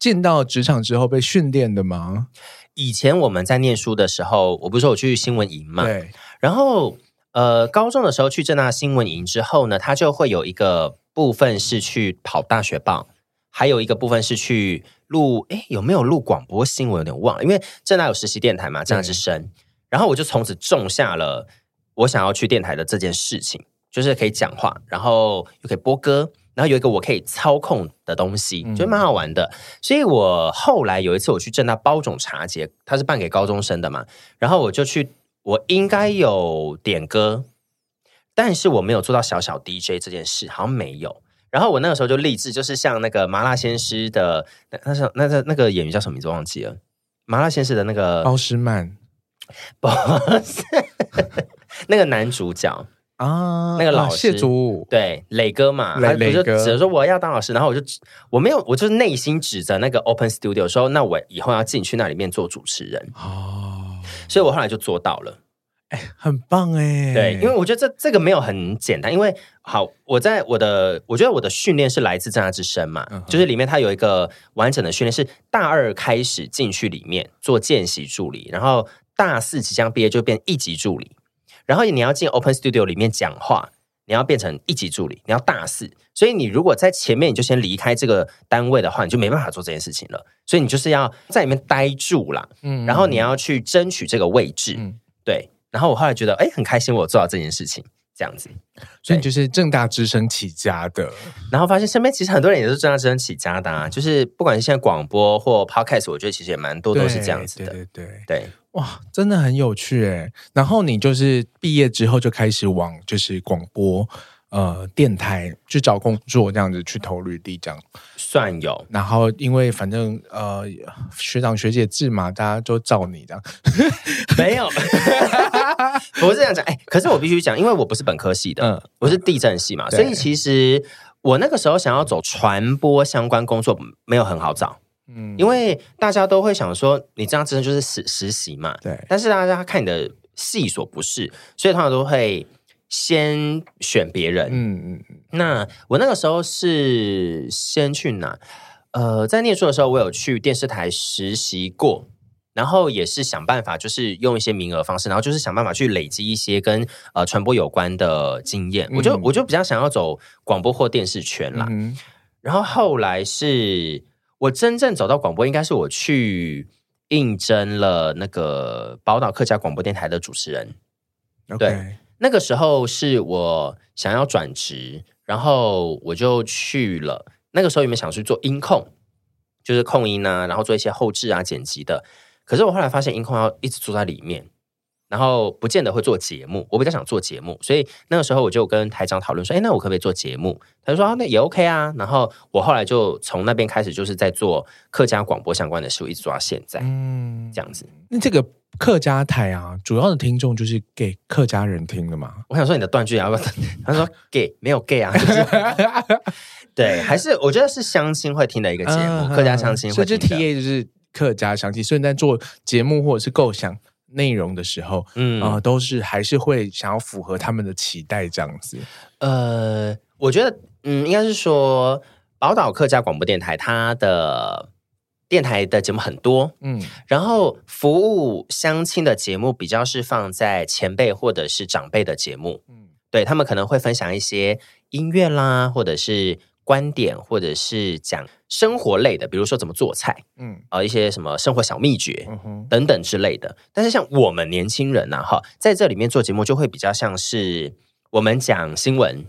[SPEAKER 1] 进到职场之后被训练的吗？
[SPEAKER 2] 以前我们在念书的时候，我不是说我去新闻营嘛，
[SPEAKER 1] 对，
[SPEAKER 2] 然后呃，高中的时候去正大新闻营之后呢，它就会有一个部分是去跑大学报，还有一个部分是去录，诶，有没有录广播新闻？有点忘了，因为正大有实习电台嘛，正大之声。然后我就从此种下了我想要去电台的这件事情，就是可以讲话，然后又可以播歌。然后有一个我可以操控的东西，
[SPEAKER 1] 嗯
[SPEAKER 2] 觉得蛮好玩的。所以我后来有一次我去正大包种茶节，它是办给高中生的嘛，然后我就去，我应该有点歌，但是我没有做到小小 DJ 这件事，好像没有。然后我那个时候就立志，就是像那个麻辣鲜师的那那是那那那个演员叫什么名字忘记了，麻辣鲜师的那个
[SPEAKER 1] 包诗曼
[SPEAKER 2] 不是 那个男主角，
[SPEAKER 1] 啊，
[SPEAKER 2] 那个老
[SPEAKER 1] 啊
[SPEAKER 2] 师
[SPEAKER 1] 谢祖武，
[SPEAKER 2] 对磊哥嘛，
[SPEAKER 1] 磊
[SPEAKER 2] 他不
[SPEAKER 1] 磊
[SPEAKER 2] 就
[SPEAKER 1] 哥
[SPEAKER 2] 指着说我要当老师，然后我就我没有，我就是内心指着那个 Open Studio 说，那我以后要进去那里面做主持人，
[SPEAKER 1] 哦，
[SPEAKER 2] 所以我后来就做到了。
[SPEAKER 1] 很棒哎、
[SPEAKER 2] 对，因为我觉得这这个没有很简单，因为好，我在我的我觉得我的训练是来自正大之声嘛，
[SPEAKER 1] 嗯哼
[SPEAKER 2] 就是里面它有一个完整的训练，是大二开始进去里面做见习助理，然后大四即将毕业就变一级助理，然后你要进 Open Studio 里面讲话，你要变成一级助理，你要大四，所以你如果在前面你就先离开这个单位的话，你就没办法做这件事情了，所以你就是要在里面待住啦，
[SPEAKER 1] 嗯
[SPEAKER 2] 然后你要去争取这个位置，
[SPEAKER 1] 嗯
[SPEAKER 2] 对。然后我后来觉得，哎，很开心，我有做到这件事情，这样子。
[SPEAKER 1] 所以你就是正大之声起家的，
[SPEAKER 2] 然后发现身边其实很多人也是正大之声起家的、啊，就是不管是现在广播或 podcast，我觉得其实也蛮多都是这样子的。
[SPEAKER 1] 对对对对
[SPEAKER 2] 对
[SPEAKER 1] 哇，真的很有趣哎。然后你就是毕业之后就开始往就是广播。呃，电台去找工作这样子去投履历这样，
[SPEAKER 2] 算有。
[SPEAKER 1] 然后因为反正呃学长学姐制嘛，大家都照你这样，
[SPEAKER 2] 没有， 我是这样讲。哎、可是我必须讲，因为我不是本科系的，
[SPEAKER 1] 嗯
[SPEAKER 2] 我是地震系嘛，
[SPEAKER 1] 对
[SPEAKER 2] 所以其实我那个时候想要走传播相关工作没有很好找，
[SPEAKER 1] 嗯
[SPEAKER 2] 因为大家都会想说，你这样真的就是实实习嘛，
[SPEAKER 1] 对
[SPEAKER 2] 但是大家看你的系所不是，所以通常都会先选别人。
[SPEAKER 1] 嗯嗯嗯
[SPEAKER 2] 那我那个时候是先去哪？呃，在念书的时候，我有去电视台实习过，然后也是想办法，就是用一些名额方式，然后就是想办法去累积一些跟呃传播有关的经验。我就
[SPEAKER 1] 嗯
[SPEAKER 2] 我就比较想要走广播或电视圈啦。
[SPEAKER 1] 嗯
[SPEAKER 2] 然后后来是我真正走到广播，应该是我去应征了那个宝岛客家广播电台的主持人。
[SPEAKER 1] 哼，OK，嗯
[SPEAKER 2] 对那个时候是我想要转职，然后我就去了。那个时候原本想去做音控，就是控音啊，然后做一些后置啊、剪辑的。可是我后来发现音控要一直坐在里面，然后不见得会做节目。我比较想做节目，所以那个时候我就跟台长讨论说：“哎，那我可不可以做节目？”他就说：“啊，那也 OK 啊。”然后我后来就从那边开始，就是在做客家广播相关的事，我一直做到现在
[SPEAKER 1] 嗯
[SPEAKER 2] 这样子。
[SPEAKER 1] 那这个客家台啊，主要的听众就是给客家人听的嘛。
[SPEAKER 2] 我想说你的断 句啊要不要？他说 gay 没有 gay 啊，就是对，还是我觉得是相亲会听的一个节目，
[SPEAKER 1] 嗯
[SPEAKER 2] 客家相亲
[SPEAKER 1] 所
[SPEAKER 2] 会
[SPEAKER 1] 以这
[SPEAKER 2] 听的。
[SPEAKER 1] TA 就是客家相亲，所以你在做节目或者是构想内容的时候，
[SPEAKER 2] 嗯
[SPEAKER 1] 啊、都是还是会想要符合他们的期待这样子。
[SPEAKER 2] 呃，我觉得嗯，应该是说宝岛客家广播电台它的电台的节目很多，
[SPEAKER 1] 嗯，
[SPEAKER 2] 然后服务相亲的节目比较是放在前辈或者是长辈的节目，
[SPEAKER 1] 嗯
[SPEAKER 2] 嗯，对他们可能会分享一些音乐啦，或者是观点，或者是讲生活类的，比如说怎么做菜。
[SPEAKER 1] 嗯
[SPEAKER 2] 呃一些什么生活小秘诀
[SPEAKER 1] 嗯哼，
[SPEAKER 2] 等等之类的。但是像我们年轻人呐、哈，在这里面做节目就会比较像是我们讲新闻，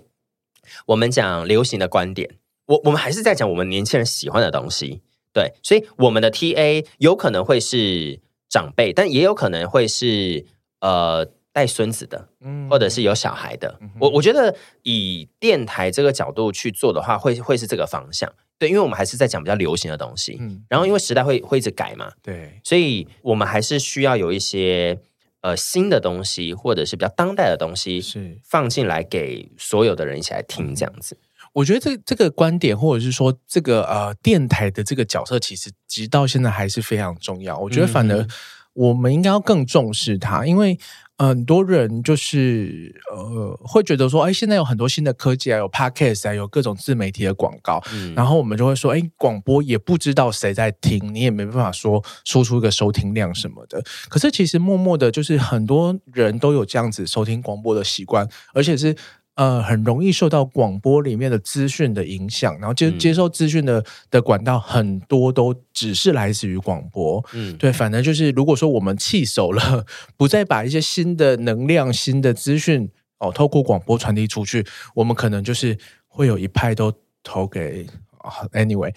[SPEAKER 2] 我们讲流行的观点，我我们还是在讲我们年轻人喜欢的东西。对，所以我们的 TA 有可能会是长辈，但也有可能会是呃带孙子的，
[SPEAKER 1] 嗯
[SPEAKER 2] 或者是有小孩的。我我觉得以电台这个角度去做的话，会会是这个方向。对，因为我们还是在讲比较流行的东西，
[SPEAKER 1] 嗯
[SPEAKER 2] 然后因为时代会会一直改嘛，
[SPEAKER 1] 对，
[SPEAKER 2] 所以我们还是需要有一些呃新的东西，或者是比较当代的东西
[SPEAKER 1] 是。
[SPEAKER 2] 放进来给所有的人一起来听，这样子。
[SPEAKER 1] 我觉得这这个观点，或者是说这个呃电台的这个角色，其实直到现在还是非常重要。我觉得反而
[SPEAKER 2] 嗯
[SPEAKER 1] 我们应该要更重视它，因为。呃很多人就是呃，会觉得说，哎，现在有很多新的科技啊，有 podcast 啊，有各种自媒体的广告，
[SPEAKER 2] 嗯，
[SPEAKER 1] 然后我们就会说，哎，广播也不知道谁在听，你也没办法说说出一个收听量什么的。可是其实默默的，就是很多人都有这样子收听广播的习惯，而且是。呃，很容易受到广播里面的资讯的影响，然后接
[SPEAKER 2] 嗯
[SPEAKER 1] 接受资讯的的管道很多都只是来自于广播，
[SPEAKER 2] 嗯，
[SPEAKER 1] 对，反正就是如果说我们弃守了，不再把一些新的能量、新的资讯哦，透过广播传递出去，我们可能就是会有一派都投给。啊 Anyway，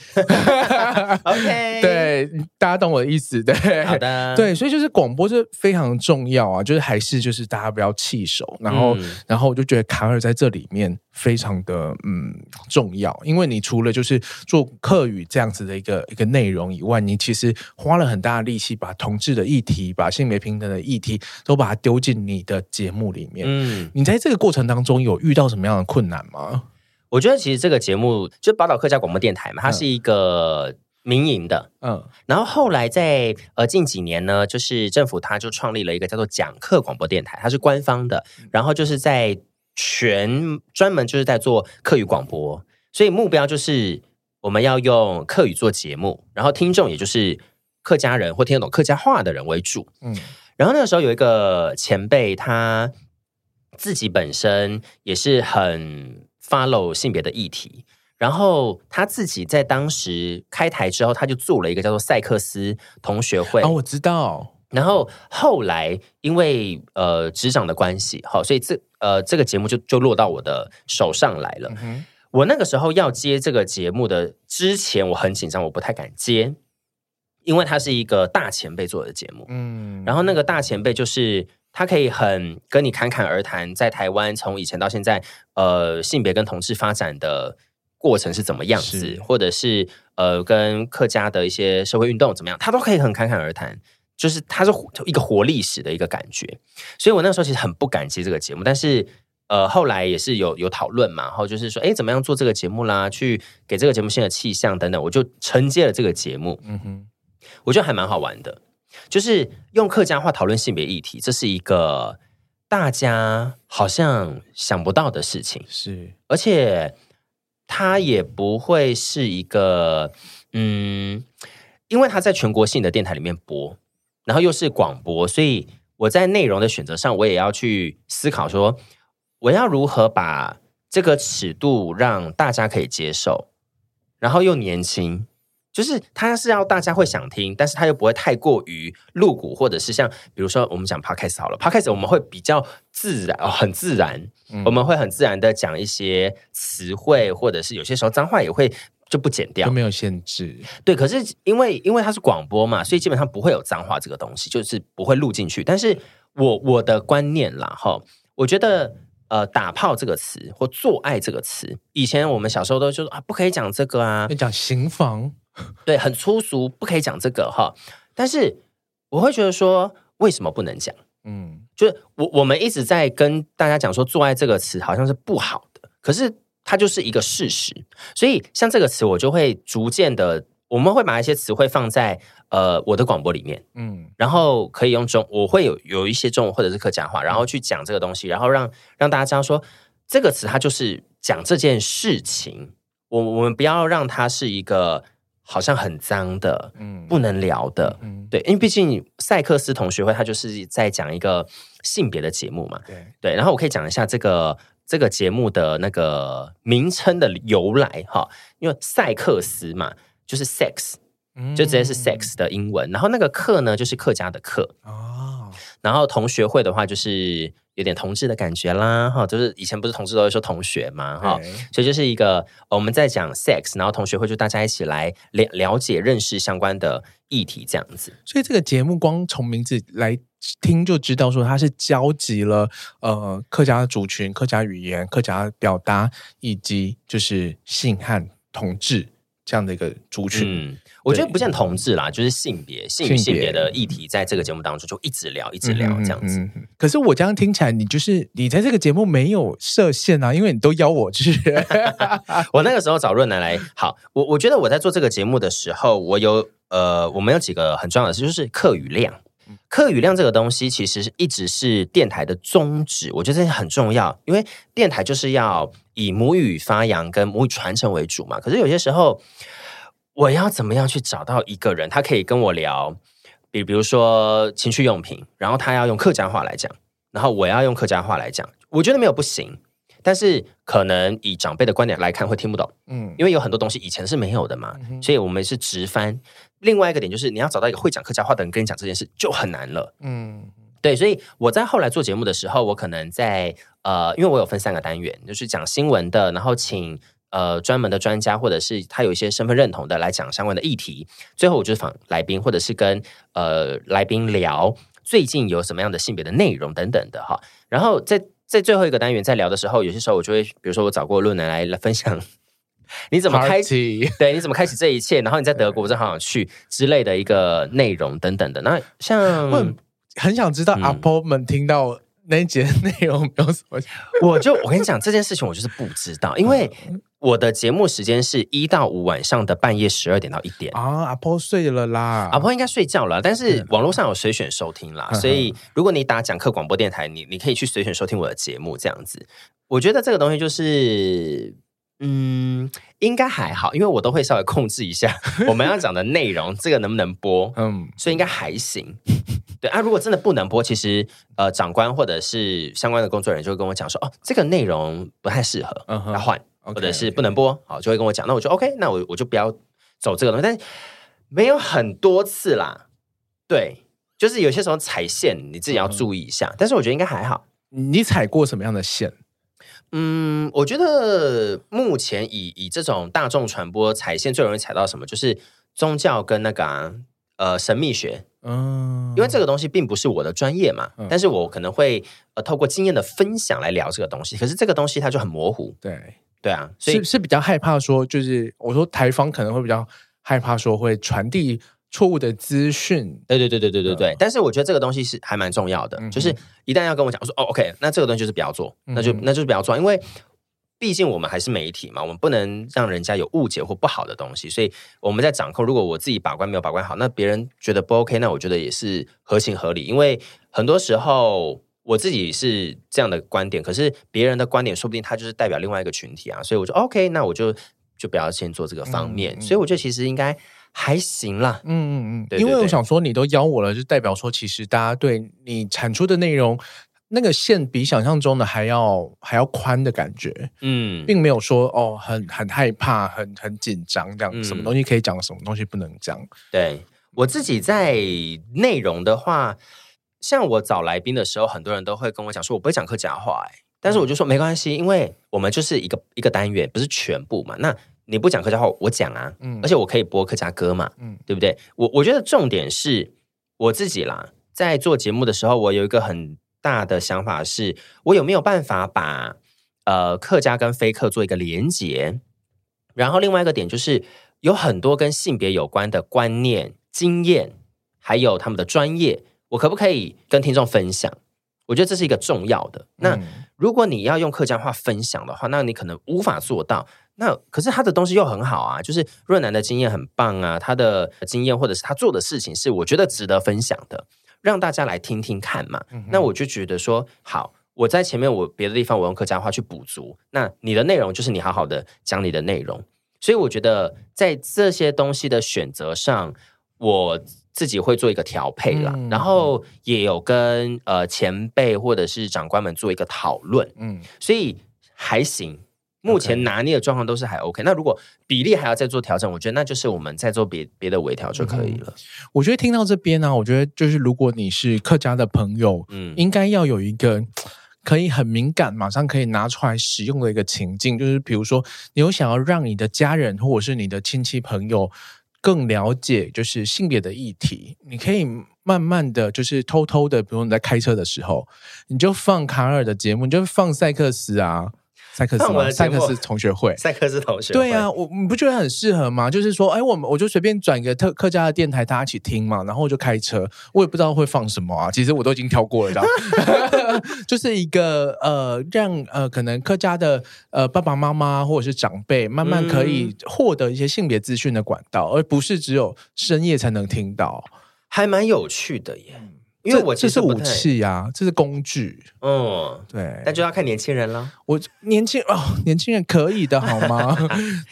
[SPEAKER 2] ，OK，，
[SPEAKER 1] 对，大家懂我的意思，对，
[SPEAKER 2] 好的，
[SPEAKER 1] 对，所以就是广播是非常重要啊，就是还是就是大家不要弃守，然后、
[SPEAKER 2] 嗯
[SPEAKER 1] 然后我就觉得卡尔在这里面非常的嗯重要，因为你除了就是做客语这样子的一个一个内容以外，你其实花了很大的力气把同志的议题、把性别平等的议题都把它丢进你的节目里面。
[SPEAKER 2] 嗯，
[SPEAKER 1] 你在这个过程当中有遇到什么样的困难吗？
[SPEAKER 2] 我觉得其实这个节目就宝岛客家广播电台嘛，它是一个民营的。
[SPEAKER 1] 嗯，
[SPEAKER 2] 然后后来在呃近几年呢，就是政府它就创立了一个叫做讲课广播电台，它是官方的，然后就是在全专门就是在做课语广播，所以目标就是我们要用课语做节目，然后听众也就是客家人或听得懂客家话的人为主。
[SPEAKER 1] 嗯，
[SPEAKER 2] 然后那个时候有一个前辈，他自己本身也是很 follow 性别的议题，然后他自己在当时开台之后，他就做了一个叫做塞克斯同学会。
[SPEAKER 1] 哦，我知道，
[SPEAKER 2] 然后后来因为呃职长的关系，好，所以这呃这个节目就就落到我的手上来了。
[SPEAKER 1] 嗯哼
[SPEAKER 2] 我那个时候要接这个节目的之前，我很紧张，我不太敢接，因为它是一个大前辈做的节目。
[SPEAKER 1] 嗯，
[SPEAKER 2] 然后那个大前辈就是他可以很跟你侃侃而谈，在台湾从以前到现在，呃，性别跟同志发展的过程是怎么样子
[SPEAKER 1] 是，
[SPEAKER 2] 或者是呃，跟客家的一些社会运动怎么样，他都可以很侃侃而谈。就是他是活一个活历史的一个感觉，所以我那时候其实很不敢接这个节目，但是呃后来也是有有讨论嘛，然后就是说，哎，怎么样做这个节目啦，去给这个节目新的气象等等，我就承接了这个节目，
[SPEAKER 1] 嗯哼，
[SPEAKER 2] 我觉得还蛮好玩的，就是用客家话讨论性别议题，这是一个大家好像想不到的事情，
[SPEAKER 1] 是，
[SPEAKER 2] 而且它也不会是一个嗯，因为它在全国性的电台里面播，然后又是广播，所以我在内容的选择上，我也要去思考说，我要如何把这个尺度让大家可以接受，然后又年轻。就是它是要大家会想听，但是它又不会太过于露骨，或者是像比如说我们讲 podcast 好了，podcast 我们会比较自然，哦、很自然，
[SPEAKER 1] 嗯
[SPEAKER 2] 我们会很自然的讲一些词汇，或者是有些时候脏话也会就不剪掉
[SPEAKER 1] 就。没有限制，
[SPEAKER 2] 对，可是因为因为它是广播嘛，所以基本上不会有脏话这个东西，就是不会录进去。但是我我的观念啦，哈，我觉得呃，打炮这个词或做爱这个词，以前我们小时候都就说啊，不可以讲这个啊
[SPEAKER 1] 要，讲刑房，
[SPEAKER 2] 对，很粗俗，不可以讲这个哈。但是我会觉得说，为什么不能讲？
[SPEAKER 1] 嗯，
[SPEAKER 2] 就是我我们一直在跟大家讲说“做爱”这个词好像是不好的，可是它就是一个事实。所以像这个词，我就会逐渐的，我们会把一些词汇放在呃我的广播里面，
[SPEAKER 1] 嗯，
[SPEAKER 2] 然后可以用中，我会有有一些中文或者是客家话，然后去讲这个东西，然后让让大家知道说这个词它就是讲这件事情。我我们不要让它是一个好像很脏的、
[SPEAKER 1] 嗯，
[SPEAKER 2] 不，能聊的，
[SPEAKER 1] 嗯，
[SPEAKER 2] 对，因为毕竟赛克斯同学会，它就是在讲一个性别的节目嘛。
[SPEAKER 1] 对，
[SPEAKER 2] 对，然后我可以讲一下这个这个节目的那个名称的由来哈，因为赛克斯嘛，就是 sex，就直接
[SPEAKER 1] 嗯
[SPEAKER 2] 是 sex 的英文，然后那个课呢就是客家的课，
[SPEAKER 1] 啊，
[SPEAKER 2] 然后同学会的话就是有点同志的感觉啦哈，就是以前不是同志都会说同学嘛哈，
[SPEAKER 1] 对，
[SPEAKER 2] 所以就是一个、呃我们在讲 sex，然后同学会就大家一起来了了解认识相关的议题这样子。
[SPEAKER 1] 所以这个节目光从名字来听就知道，说它是交集了呃客家族群、客家语言、客家表达，以及就是性和同志这样的一个族群。
[SPEAKER 2] 嗯，我觉得
[SPEAKER 1] 对
[SPEAKER 2] 不见同志啦，就是性别、性与
[SPEAKER 1] 性
[SPEAKER 2] 性
[SPEAKER 1] 别
[SPEAKER 2] 别的议题，在这个节目当中就一直聊，一直聊这样子。
[SPEAKER 1] 嗯嗯嗯可是我这样听起来，你就是你在这个节目没有设限啊，因为你都邀我 去。
[SPEAKER 2] 我那个时候找润南来，好，我我觉得我在做这个节目的时候，我有呃，我们有几个很重要的事，就是课语量。课语量这个东西，其实是一直是电台的宗旨，我觉得这很重要，因为电台就是要以母语发扬跟母语传承为主嘛。可是有些时候，我要怎么样去找到一个人，他可以跟我聊，比比如说情趣用品，然后他要用客家话来讲，然后我要用客家话来讲，我觉得没有不行，但是可能以长辈的观点来看会听不懂，
[SPEAKER 1] 嗯，
[SPEAKER 2] 因为有很多东西以前是没有的嘛，
[SPEAKER 1] 嗯哼
[SPEAKER 2] 所以我们是直翻。另外一个点就是，你要找到一个会讲客家话的人跟你讲这件事就很难了。
[SPEAKER 1] 嗯
[SPEAKER 2] 对，所以我在后来做节目的时候，我可能在呃，因为我有分三个单元，就是讲新闻的，然后请呃专门的专家或者是他有一些身份认同的来讲相关的议题，最后我就是访来宾或者是跟呃来宾聊最近有什么样的性别的内容等等的哈。然后在在最后一个单元在聊的时候，有些时候我就会，比如说我找过论坛来分享你怎么开
[SPEAKER 1] Party
[SPEAKER 2] 对，你怎么开启这一切？然后你在德国，我真的好想去之类的一个内容等等的。那像
[SPEAKER 1] 我很很想知道
[SPEAKER 2] 嗯
[SPEAKER 1] 阿婆们听到那一节内容有没有什么？ 嗯
[SPEAKER 2] 我就我跟你讲这件事情，我就是不知道，因为我的节目时间是一到五晚上的半夜十二点到一点。
[SPEAKER 1] 啊，阿婆睡了啦，
[SPEAKER 2] 阿婆应该睡觉了，但是网络上有随选收听啦，
[SPEAKER 1] 嗯
[SPEAKER 2] 所以如果你打讲课广播电台，你你可以去随选收听我的节目，这样子。我觉得这个东西就是，嗯，应该还好，因为我都会稍微控制 一下我们要讲的内容，这个能不能播，
[SPEAKER 1] 嗯，
[SPEAKER 2] 所以应该还行。对啊，如果真的不能播，其实呃，长官或者是相关的工作人员就会跟我讲说，哦，这个内容不太适合，
[SPEAKER 1] 嗯哼
[SPEAKER 2] 要换。
[SPEAKER 1] 或
[SPEAKER 2] 或者是不能播，好就会跟我讲，那我就 OK，那我我就不要走这个东西，但是没有很多次啦，对，就是有些时候踩线你自己要注意一下，但是我觉得应该还好。
[SPEAKER 1] 你踩过什么样的线？
[SPEAKER 2] 嗯，我觉得目前以以这种大众传播踩线最容易踩到什么，就是宗教跟那个、啊、呃神秘学，
[SPEAKER 1] 嗯，
[SPEAKER 2] 因为这个东西并不是我的专业嘛，
[SPEAKER 1] 嗯
[SPEAKER 2] 但是我可能会呃透过经验的分享来聊这个东西，可是这个东西它就很模糊，
[SPEAKER 1] 对，
[SPEAKER 2] 对啊，所以
[SPEAKER 1] 是是比较害怕说，就是我说台方可能会比较害怕说会传递错误的资讯，
[SPEAKER 2] 对对对对对对对
[SPEAKER 1] 嗯，
[SPEAKER 2] 但是我觉得这个东西是还蛮重要的，
[SPEAKER 1] 嗯哼
[SPEAKER 2] 就是一旦要跟我讲，我说哦，OK，那这个东西就是不要做，那就、
[SPEAKER 1] 嗯哼
[SPEAKER 2] 那就是不要做，因为毕竟我们还是媒体嘛，我们不能让人家有误解或不好的东西，所以我们在掌控，如果我自己把关没有把关好，那别人觉得不 OK，那我觉得也是合情合理，因为很多时候。我自己是这样的观点，可是别人的观点说不定他就是代表另外一个群体啊，所以我就 OK，那我就就不要先做这个方面，
[SPEAKER 1] 嗯嗯
[SPEAKER 2] 所以我觉得其实应该还行啦，
[SPEAKER 1] 嗯嗯嗯，
[SPEAKER 2] 对对
[SPEAKER 1] 因为
[SPEAKER 2] 对
[SPEAKER 1] 我想说你都邀我了，就代表说其实大家对你产出的内容。那个线比想象中的还要还要宽的感觉，
[SPEAKER 2] 嗯，
[SPEAKER 1] 并没有说哦很很害怕、很很紧张这样，
[SPEAKER 2] 嗯
[SPEAKER 1] 什么东西可以讲，什么东西不能讲。
[SPEAKER 2] 对我自己在内容的话，像我找来宾的时候，很多人都会跟我讲说，我不会讲客家话、欸，但是我就说没关系，因为我们就是一个一个单元，不是全部嘛。那你不讲客家话，我讲啊，
[SPEAKER 1] 嗯
[SPEAKER 2] 而且我可以播客家歌嘛，
[SPEAKER 1] 嗯
[SPEAKER 2] 对不对？我我觉得重点是我自己啦，在做节目的时候，我有一个很大的想法是，我有没有办法把呃客家跟非客做一个连结？然后另外一个点就是，有很多跟性别有关的观念、经验，还有他们的专业，我可不可以跟听众分享？我觉得这是一个重要的。那、
[SPEAKER 1] 嗯
[SPEAKER 2] 如果你要用客家话分享的话，那你可能无法做到。那可是他的东西又很好啊，就是润南的经验很棒啊，他的经验或者是他做的事情是我觉得值得分享的，让大家来听听看嘛。
[SPEAKER 1] 嗯哼
[SPEAKER 2] 那我就觉得说，好，我在前面我别的地方我用客家话去补足，那你的内容就是你好好的讲你的内容。所以我觉得在这些东西的选择上，我自己会做一个调配啦，
[SPEAKER 1] 嗯
[SPEAKER 2] 然后也有跟呃前辈或者是长官们做一个讨论，
[SPEAKER 1] 嗯，
[SPEAKER 2] 所以还行。目前拿捏的状况都是还 OK，那如果比例还要再做调整，我觉得那就是我们再做别别的微调就可以了。
[SPEAKER 1] 我觉得听到这边呢、啊我觉得就是如果你是客家的朋友，
[SPEAKER 2] 嗯
[SPEAKER 1] 应该要有一个可以很敏感，马上可以拿出来使用的一个情境，就是比如说，你有想要让你的家人或者是你的亲戚朋友更了解就是性别的议题，你可以慢慢的就是偷偷的，比如你在开车的时候，你就放卡尔的节目，你就放塞克斯啊，塞克斯
[SPEAKER 2] 放我
[SPEAKER 1] 吗？
[SPEAKER 2] 的
[SPEAKER 1] 塞
[SPEAKER 2] 节目
[SPEAKER 1] 克斯同学会。
[SPEAKER 2] 赛克斯同学
[SPEAKER 1] 对啊，，我你不觉得很适合吗？就是说，哎，我们我就随便转个特客家的电台，大家一起听嘛，然后我就开车，我也不知道会放什么啊。其实我都已经挑过了，这样 就是一个呃，让呃可能客家的呃爸爸妈妈或者是长辈慢慢可
[SPEAKER 2] 嗯
[SPEAKER 1] 以获得一些性别资讯的管道，而不是只有深夜才能听到。
[SPEAKER 2] 还蛮有趣的耶。因为
[SPEAKER 1] 这
[SPEAKER 2] 我其
[SPEAKER 1] 嗯这
[SPEAKER 2] 实
[SPEAKER 1] 是
[SPEAKER 2] 不
[SPEAKER 1] 武
[SPEAKER 2] 太，
[SPEAKER 1] 器啊，这是工具。
[SPEAKER 2] 嗯，
[SPEAKER 1] 对，
[SPEAKER 2] 那就要看年轻人了。
[SPEAKER 1] 我年轻哦， 年轻人可以的好 吗？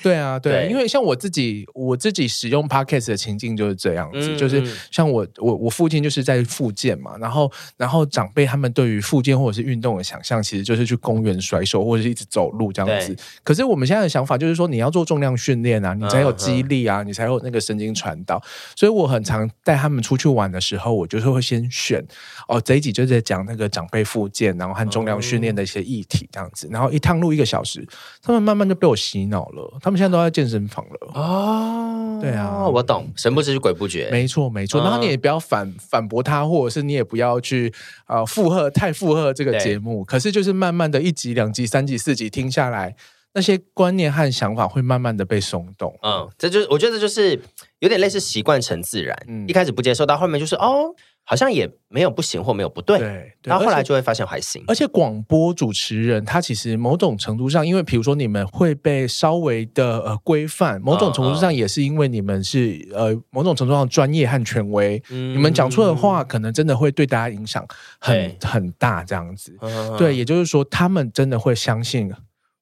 [SPEAKER 1] 对啊，对啊
[SPEAKER 2] 对
[SPEAKER 1] 因为像我自己，我自己使用 podcast 的情境就是这样子，
[SPEAKER 2] 嗯
[SPEAKER 1] 就是
[SPEAKER 2] 嗯
[SPEAKER 1] 像我我我父亲就是在复健嘛，然后然后长辈他们对于复健或者是运动的想象，其实就是去公园甩手或者是一直走路这样子
[SPEAKER 2] 对。
[SPEAKER 1] 可是我们现在的想法就是说，你要做重量训练啊，你才有
[SPEAKER 2] 嗯嗯
[SPEAKER 1] 肌力啊，你才有那个神经传导。所以我很常带他们出去玩的时候，我就是会先选哦，这一集就是在讲那个长辈复健，然后和重量训练的一些议题这样子。然后一趟路一个小时，他们慢慢就被我洗脑了，他们现在都在健身房了。
[SPEAKER 2] 哦，
[SPEAKER 1] 对啊
[SPEAKER 2] 我懂，神不知鬼不觉。
[SPEAKER 1] 没错，没错。然
[SPEAKER 2] 嗯
[SPEAKER 1] 后你也不要反反驳他，或者是你也不要去呃附和太附和这个
[SPEAKER 2] 对
[SPEAKER 1] 节目。可是就是慢慢的一集、两集、三集、四集听下来，那些观念和想法会慢慢的被松动。
[SPEAKER 2] 嗯，这就是我觉得这就是有点类似习惯成自然。
[SPEAKER 1] 嗯
[SPEAKER 2] 一开始不接受，到后面就是哦，好像也没有不行或没有不对，
[SPEAKER 1] 对，对
[SPEAKER 2] 然后后
[SPEAKER 1] 而
[SPEAKER 2] 来
[SPEAKER 1] 且
[SPEAKER 2] 就会发现还行。
[SPEAKER 1] 而且广播主持人他其实某种程度上，因为比如说你们会被稍微的呃规范，某
[SPEAKER 2] 嗯
[SPEAKER 1] 种程度上也是因为你们是呃某种程度上专业和权威，
[SPEAKER 2] 嗯
[SPEAKER 1] 你们讲出的话，可能真的会对大家影响很很大这样子。
[SPEAKER 2] 嗯
[SPEAKER 1] 对，也就是说他们真的会相信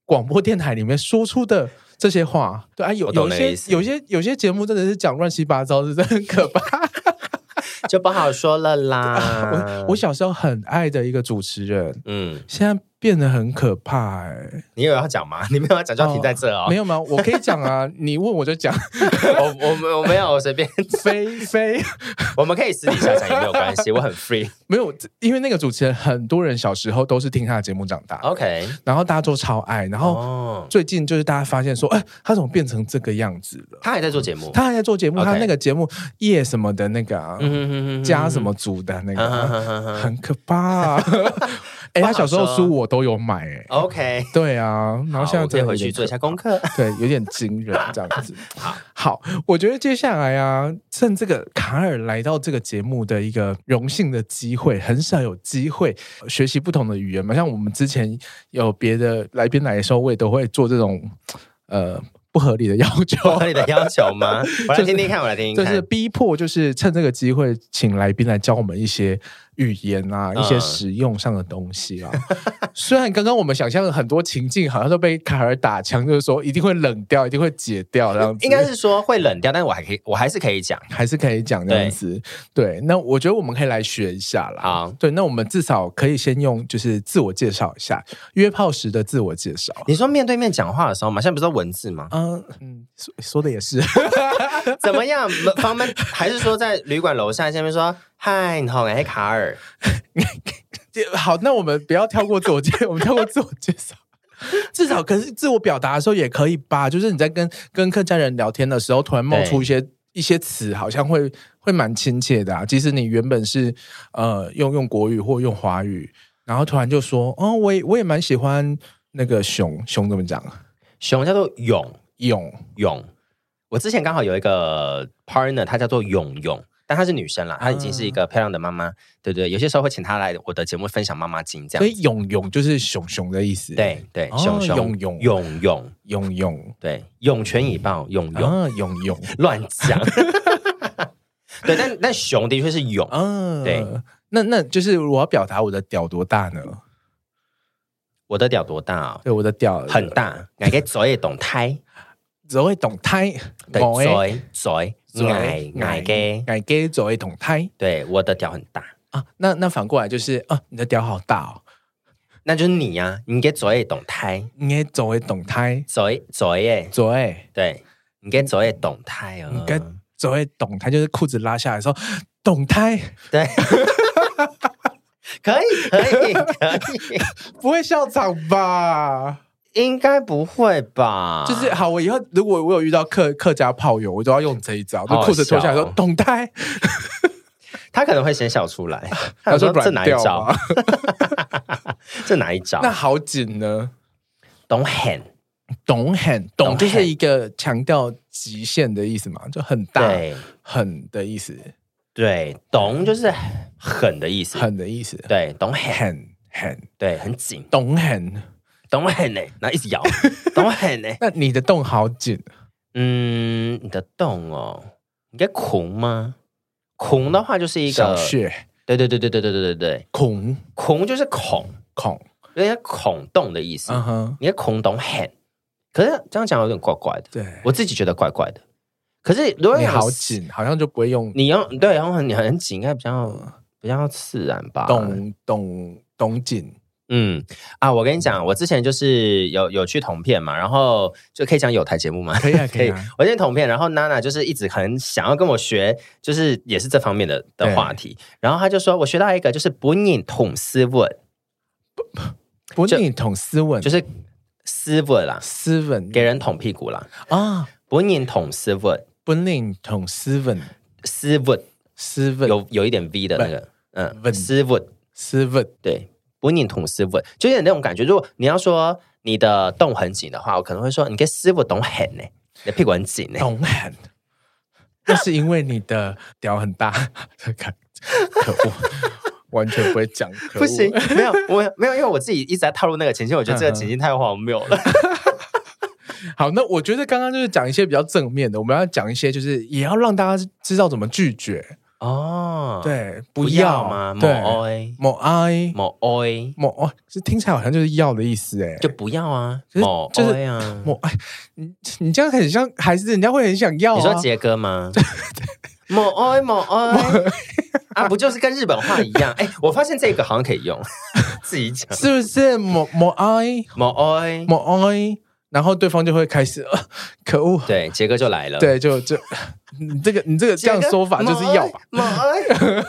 [SPEAKER 1] 广播电台里面说出的。这些话，对啊，有
[SPEAKER 2] 我懂
[SPEAKER 1] 有一
[SPEAKER 2] 那个意
[SPEAKER 1] 些
[SPEAKER 2] 思
[SPEAKER 1] 有一些有一些节目真的是讲乱七八糟，是真的很可怕。 。
[SPEAKER 2] 就不好说了啦
[SPEAKER 1] 我我小时候很爱的一个主持人，
[SPEAKER 2] 嗯，
[SPEAKER 1] 现在变得很可怕哎、
[SPEAKER 2] 你有要讲吗？你 没有要讲就要停在这哦。
[SPEAKER 1] 没有吗？我可以讲啊，你问我就讲。
[SPEAKER 2] 我我没我没有，我随便。
[SPEAKER 1] 菲菲
[SPEAKER 2] 我们可以私底下讲也没有关系，我很 free。
[SPEAKER 1] 没有，因为那个主持人很多人小时候都是听他的节目长大的
[SPEAKER 2] OK，
[SPEAKER 1] 然后大家都超爱，然后
[SPEAKER 2] 哦，
[SPEAKER 1] 最近就是大家发现说，哎、他怎么变成这个样子了？
[SPEAKER 2] 他还在做节目，
[SPEAKER 1] 他还在做节目
[SPEAKER 2] OK
[SPEAKER 1] 他那个节目夜什么的那个、啊
[SPEAKER 2] 嗯
[SPEAKER 1] 加什么组的那个啊、
[SPEAKER 2] 么
[SPEAKER 1] 很可怕、 啊。哎、他小时候
[SPEAKER 2] 嗯不好说
[SPEAKER 1] 书我都有买、哎，
[SPEAKER 2] ？OK，
[SPEAKER 1] 对啊，然后现
[SPEAKER 2] 好
[SPEAKER 1] 在
[SPEAKER 2] 我
[SPEAKER 1] 真的
[SPEAKER 2] 可以回
[SPEAKER 1] 有点
[SPEAKER 2] 去做一
[SPEAKER 1] 可
[SPEAKER 2] 下功课。
[SPEAKER 1] 对，有点惊人这样 子。好，我觉得接下来啊，趁这个卡尔来到这个节目的一个荣幸的机会，很少有机会呃学习不同的语言嘛。像我们之前有别的来宾来的时候，我也都会做这种呃不合理的要求。
[SPEAKER 2] 合 理的要求 吗？我来听听看，我来听
[SPEAKER 1] 就
[SPEAKER 2] 听
[SPEAKER 1] 是
[SPEAKER 2] 看。
[SPEAKER 1] 逼迫，就是趁这个机会，请来宾来教我们一些语言啊，
[SPEAKER 2] 嗯
[SPEAKER 1] 一些实用上的东西啊。 虽然刚刚我们想象的很多情境好像都被卡尔打枪，就是说一定会冷掉，一定会解掉，这样子
[SPEAKER 2] 应该是说会冷掉，但是我还可以，我还是可以讲。
[SPEAKER 1] 还是可以讲这样子。对，那我觉得我们可以来学一下啦。
[SPEAKER 2] 好，
[SPEAKER 1] 对，那我们至少可以先用就是自我介绍一下，约炮时的自我介绍。？
[SPEAKER 2] 你说面对面讲话的时候嘛，现在不是都文字吗
[SPEAKER 1] 嗯嗯，说说的也 是，
[SPEAKER 2] 怎么样？门房门还是说在旅馆楼下下面说嗨，你好，我是卡尔。
[SPEAKER 1] 好，那我们不要跳过自我介， 我们跳过自我介绍。至少可是自我表达的时候也可以吧，就是你在跟跟客家人聊天的时候，突然冒出一些一些词，好像会会蛮亲切的啊。即使你原本是呃用用国语或用华语，然后突然就说，哦，我也我也蛮喜欢那个熊熊怎么讲啊
[SPEAKER 2] 熊叫做勇
[SPEAKER 1] 勇
[SPEAKER 2] 勇，我之前刚好有一个 partner，她叫做勇勇，但她是女
[SPEAKER 1] 啊
[SPEAKER 2] 生啦，她已经是一个漂亮的妈妈，对对，有些时候会请她来我的节目分享妈妈经这
[SPEAKER 1] 所
[SPEAKER 2] 样
[SPEAKER 1] 以
[SPEAKER 2] 子。
[SPEAKER 1] 勇勇就是熊熊的意思，
[SPEAKER 2] 对对，
[SPEAKER 1] 哦
[SPEAKER 2] 熊熊
[SPEAKER 1] 勇勇
[SPEAKER 2] 勇勇，
[SPEAKER 1] 勇勇
[SPEAKER 2] 对，涌泉以报，勇勇。
[SPEAKER 1] 啊勇勇
[SPEAKER 2] 乱讲。 对，但但熊的确是勇，
[SPEAKER 1] 啊，
[SPEAKER 2] 对，
[SPEAKER 1] 那那就是我要表达我的屌多大呢？
[SPEAKER 2] 我的屌多大、啊？
[SPEAKER 1] 对，我的屌
[SPEAKER 2] 很大，俺给嘴也懂胎，
[SPEAKER 1] 只会懂胎，
[SPEAKER 2] 对
[SPEAKER 1] 某诶
[SPEAKER 2] 嘴嘴矮矮给，
[SPEAKER 1] 矮给只会懂胎
[SPEAKER 2] 对，我的屌很大，
[SPEAKER 1] 啊。那那反过来就是啊，你的屌好大哦，
[SPEAKER 2] 那就是你呀、啊，你给嘴也懂胎，
[SPEAKER 1] 你也只会懂胎，
[SPEAKER 2] 嘴嘴耶，
[SPEAKER 1] 嘴
[SPEAKER 2] 对，你给嘴也懂胎哦
[SPEAKER 1] 你，该只会懂胎，就是裤子拉下来说懂胎，
[SPEAKER 2] 对。可以可以可以，
[SPEAKER 1] 不会笑场吧？
[SPEAKER 2] 应该不会吧？
[SPEAKER 1] 就是好，我以后如果我有遇到客客家炮友，我都要用这一招，就
[SPEAKER 2] 好好
[SPEAKER 1] 裤子脱下来说
[SPEAKER 2] 笑哦
[SPEAKER 1] 懂胎，
[SPEAKER 2] 他可能会先笑 出来，
[SPEAKER 1] 然后
[SPEAKER 2] 他
[SPEAKER 1] 说
[SPEAKER 2] 说这
[SPEAKER 1] 软
[SPEAKER 2] 哪一
[SPEAKER 1] 掉
[SPEAKER 2] 招啊
[SPEAKER 1] 嘛？？
[SPEAKER 2] 这哪一 招？
[SPEAKER 1] 那好紧呢，
[SPEAKER 2] 懂很
[SPEAKER 1] 懂很懂
[SPEAKER 2] 懂
[SPEAKER 1] 就是
[SPEAKER 2] 很
[SPEAKER 1] 一个强调极限的意思嘛，就很大
[SPEAKER 2] 对
[SPEAKER 1] 很的意思，
[SPEAKER 2] 对，懂就是狠的意思，
[SPEAKER 1] 很的意思，
[SPEAKER 2] 对，懂很，
[SPEAKER 1] 很很
[SPEAKER 2] 对，很紧，
[SPEAKER 1] 懂很。
[SPEAKER 2] 懂很呢，然后一直 摇，懂很呢，
[SPEAKER 1] 那你的洞好紧，
[SPEAKER 2] 嗯，你的洞哦，你该孔吗？孔的话就是一
[SPEAKER 1] 小
[SPEAKER 2] 个，
[SPEAKER 1] 穴
[SPEAKER 2] 对对对对对对对对对，
[SPEAKER 1] 孔
[SPEAKER 2] 孔就是孔，
[SPEAKER 1] 孔，
[SPEAKER 2] 有点孔洞的意思，
[SPEAKER 1] 嗯哼，
[SPEAKER 2] 你的孔懂很，可是这样讲有点怪怪的，
[SPEAKER 1] 对，
[SPEAKER 2] 我自己觉得怪怪的，可是如果
[SPEAKER 1] 哎你
[SPEAKER 2] 有
[SPEAKER 1] 好紧，好像就不会用
[SPEAKER 2] 你用对，然后你很紧，应该比较比较自然吧，
[SPEAKER 1] 嗯懂懂懂紧，
[SPEAKER 2] 嗯啊，我跟你讲，我之前就是有有去同片嘛，然后就可以讲有台节目嘛，
[SPEAKER 1] 可以啊，可以啊，
[SPEAKER 2] 我先同片，然后娜娜就是一直很想要跟我学，就是也是这方面的
[SPEAKER 1] 对
[SPEAKER 2] 的话题，然后她就说我学到一个就是不念捅斯文，
[SPEAKER 1] 不你捅斯文，
[SPEAKER 2] 就是斯文啦，
[SPEAKER 1] 斯文
[SPEAKER 2] 给人捅屁股啦，
[SPEAKER 1] 啊，
[SPEAKER 2] 不念捅斯文，
[SPEAKER 1] 不令捅斯文，
[SPEAKER 2] 斯文
[SPEAKER 1] 斯文
[SPEAKER 2] 有有一点 V 的那个，嗯，
[SPEAKER 1] 文
[SPEAKER 2] 斯文
[SPEAKER 1] 斯 文，
[SPEAKER 2] 对，不念捅斯文，就有点那种感觉。如果你要说你的洞
[SPEAKER 1] 哦
[SPEAKER 2] 很紧的话，我可能会说你跟斯文懂很呢、你的屁股很紧呢、
[SPEAKER 1] 懂很那是因为你的屌很大， 可可恶，完全不会讲，可恶
[SPEAKER 2] 不行，没有，我没有，因为我自己一直在套入那个情境，我觉得这个情境太荒谬 了。
[SPEAKER 1] 好，那我觉得刚刚就是讲一些比较正面的，我们要讲一些就是也要让大家知道怎么拒绝，
[SPEAKER 2] 哦，，
[SPEAKER 1] 对，
[SPEAKER 2] 不
[SPEAKER 1] 要
[SPEAKER 2] 要吗？某
[SPEAKER 1] 对，
[SPEAKER 2] 哦哀，
[SPEAKER 1] 某哀，
[SPEAKER 2] 某哀，
[SPEAKER 1] 某哦，是听起来好像就是要的意思哎，
[SPEAKER 2] 就不要啊，
[SPEAKER 1] 就是
[SPEAKER 2] 某
[SPEAKER 1] 就是
[SPEAKER 2] 哀啊。
[SPEAKER 1] 某哀，你你这样很像孩子，人家会很想要、啊。
[SPEAKER 2] 你说杰哥 吗？某哦哀某哀 啊，不就是跟日本话一样？哎，我发现这个好像可以用， 自己讲
[SPEAKER 1] 是不是某某哀
[SPEAKER 2] 某哀。
[SPEAKER 1] 某哀，然后对方就会开始， 呃、可恶，
[SPEAKER 2] 对，杰哥就来了。，
[SPEAKER 1] 对，就 就你这个你这个这样说法就是要吧。
[SPEAKER 2] 某哀，